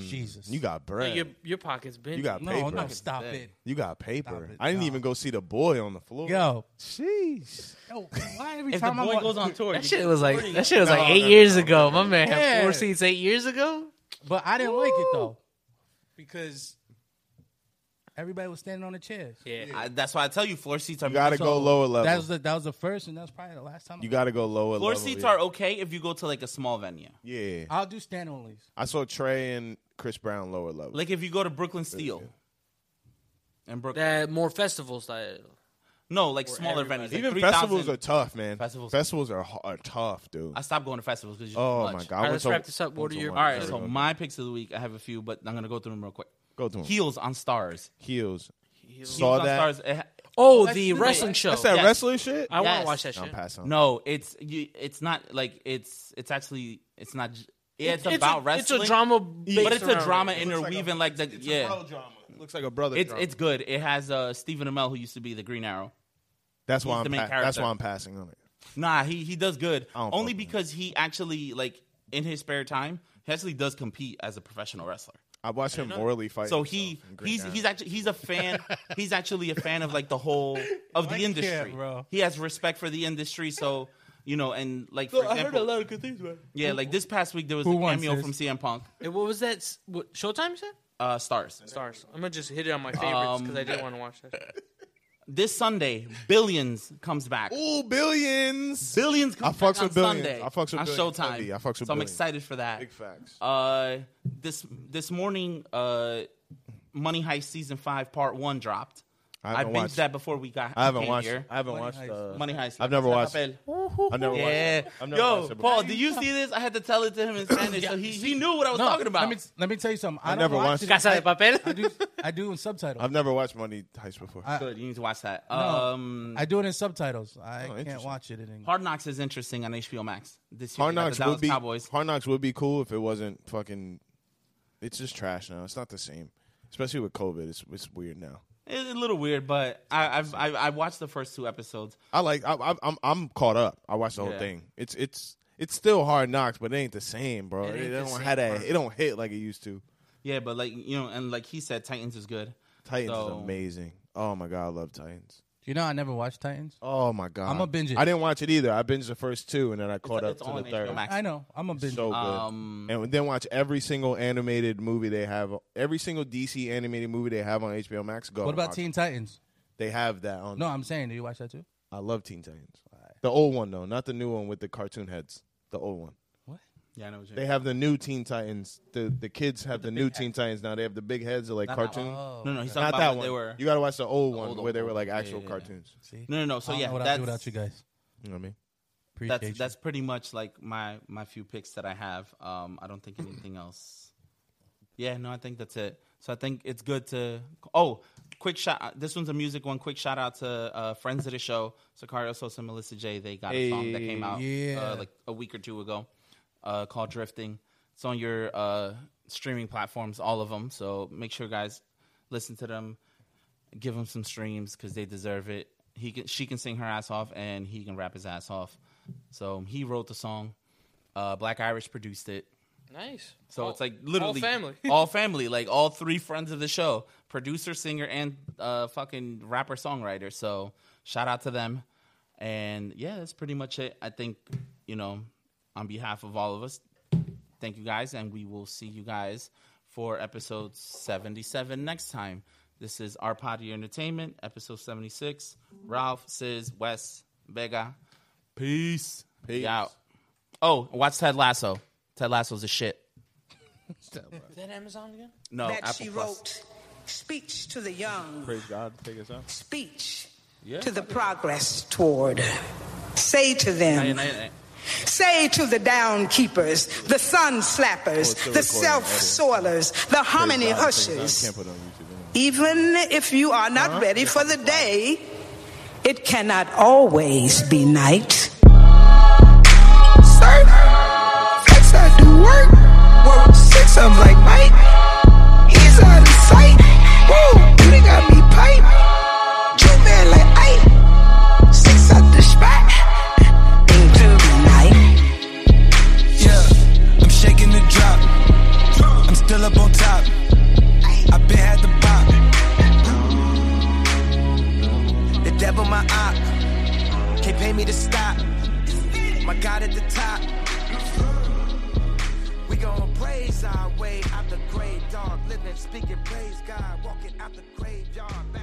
Jesus, Hmm. you got bread. your your pocket's been. You got no, paper. no, stop Dang. it, You got paper. Stop it. I didn't No. even go see the boy on the floor. yo. Sheesh. yo why every If the time I'm boy on- goes on tour, that you shit get was like 40. that shit was No, like eight no, years ago. My man had Yeah. four seats eight years ago. But I didn't like it though because Everybody was standing on the chairs. Yeah. I, that's why I tell you floor seats are You gotta go lower level. That was the that was the first, and that was probably the last time. you gotta go lower Floor level. seats yeah. are okay if you go to like a small venue. Yeah, I'll do stand onlys. I saw Trey and Chris Brown lower level. Like if you go to Brooklyn Steel. And Brooklyn. That more festival style. no, like smaller everybody. venues. Like Even 3,000. festivals are tough, man. Festivals. Festivals, are, ho- are tough, dude. I stopped going to festivals because oh much. my god. All I right, went let's to- wrap this up. went What to are your one All right, festival. so my picks of the week. I have a few, but I'm gonna go through them real quick. go to 'em. Heels on Stars. Heels. Heels Saw on that. Stars. it ha- Oh, That's the the- wrestling show. That's that Yes. wrestling shit. I want Yes. to watch that I'll shit. pass on. No, it's you. It's not like it's. It's actually. It's not. j- Yeah, it's, about a, wrestling. It's a drama, but it's a drama In- interweaving like, the yeah. drama. Looks like a brother. It's drama. it's good. It has uh Stephen Amell who used to be the Green Arrow. that's he's why the I'm main pa- that's character. why I'm passing on it. Nah, he he does good. I don't Only fuck with him. because he actually like in his spare time he actually does compete as a professional wrestler. I watched him morally fight. So he himself in Green he's Arrow. he's actually he's a fan. he's actually a fan of like the whole of the industry. bro. He has respect for the industry. So you know, and like for example, of good things, man. yeah, like this past week there was Who a won, cameo sis? from CM Punk. Hey, what was that? s- What, Showtime you said? Uh, stars. Stars. I'm gonna just hit it on my favorites because I didn't want to watch that. This Sunday, Billions comes back. Ooh, billions. Billions I comes fucks back with on Billions. Sunday. I fucks with on Billions Showtime. heavy. I fucks with so I'm Billions. excited for that. Big facts. Uh, this this morning, uh, Money Heist season five part one dropped. I I, haven't binged watched. that before we got. I haven't came watched. here. I haven't Money watched. Heist. Uh, Money Heist. I've never It's watched. an I've appel. never watched. Yeah. it. I've never Yo, watched it before. Paul, did you see this? I had to tell it to him in Spanish, so he, he knew what I was talking about. Let me let me tell you something. I, I don't never watch watched it. it. Casa de Papel. I do I do in subtitles. I've never watched Money Heist before. I- Good, you need to watch that. um, I do it in subtitles. I can't interesting. watch it in English. Hard Knocks is interesting on HBO Max this year. They Hard got Knocks the would Dallas be Cowboys. Hard Knocks would be cool if it wasn't fucking. It's just trash now. It's not the same, especially with COVID. It's it's weird now. It's a little weird, but I, I've I, I watched the first two episodes. I like I, I, I'm I'm caught up. I watched the whole Yeah. thing. It's it's it's still Hard Knocks, but it ain't the same, bro. It, ain't the don't same, have that. bro. It don't hit like it used to. Yeah, but like you know, and like he said, Titans is good. Titans So- is amazing. Oh my god, I love Titans. You know, I never watched Titans. Oh my god, I'ma binge it. I didn't watch it either. I binged the first two, and then I caught it's up on to the HBO third. Max. I know. I'm a binge. So good. Um, and then watch every single animated movie they have. Every single DC animated movie they have on HBO Max. Go. what and about watch Teen it. Titans? They have that on. No, I'm saying, do you watch that too? I love Teen Titans. The old one though, not the new one with the cartoon heads. The old one. Yeah, I know what you They have the new Teen Titans. The the kids have the, new Teen Titans now. They have the big heads that are like Not that cartoon. No, no, he's talking Not about that when one. they were. you got to watch the old one old, where they old were one. like Yeah, actual yeah, yeah. cartoons. See, No, no, no. So I don't yeah, know what I that's do without you guys. You know what I mean? Appreciate that's you. that's pretty much like my my few picks that I have. Um, I don't think anything else. Yeah, no, I think that's it. So I think it's good to. Oh, quick shout! This one's a music one. Quick shout out to uh, friends of the show, Sicario Sosa, and Melissa J. They got a song that came out yeah. uh, like a week or two ago, uh, called "Drifting." It's on your uh, streaming platforms, all of them. So make sure guys listen to them, give them some streams because they deserve it. He can, she can sing her ass off, and he can rap his ass off. So he wrote the song. Uh, Black Irish produced it. Nice. So All- it's like literally all family. all family, like all three friends of the show, producer, singer, and uh, fucking rapper songwriter. So shout out to them, and yeah, that's pretty much it. I think you know, on behalf of all of us, thank you guys, and we will see you guys for episode seventy-seven next time. This is our potty entertainment, episode seventy-six. Ralph, Sis, Wes, Vega, peace, peace out. Oh, watch Ted Lasso. Ted Lasso's a shit. Is that Amazon again? No, Oh, that Apple she Plus. wrote speech to the young Praise God. Take us out. speech to the progress toward say to them Nah, nah, nah. say to the down keepers the sun Oh, slappers still the recording, self soilers the harmony Can't hushers put it on YouTube. anyway. even if you are not ready for the day it cannot always be night Sir, flex I do work. Work six of 'em like Mike. He's out of sight. Whoa, you done got me pipe. Two man like Ike. Six out the spot. Into the night. Yeah, I'm shaking the drop. I'm still up on top. I've been had the pop. The devil my op. Can't pay me to stop. My God at the top. We gonna praise our way out the great dark living, speaking, praise God, walking out the graveyard.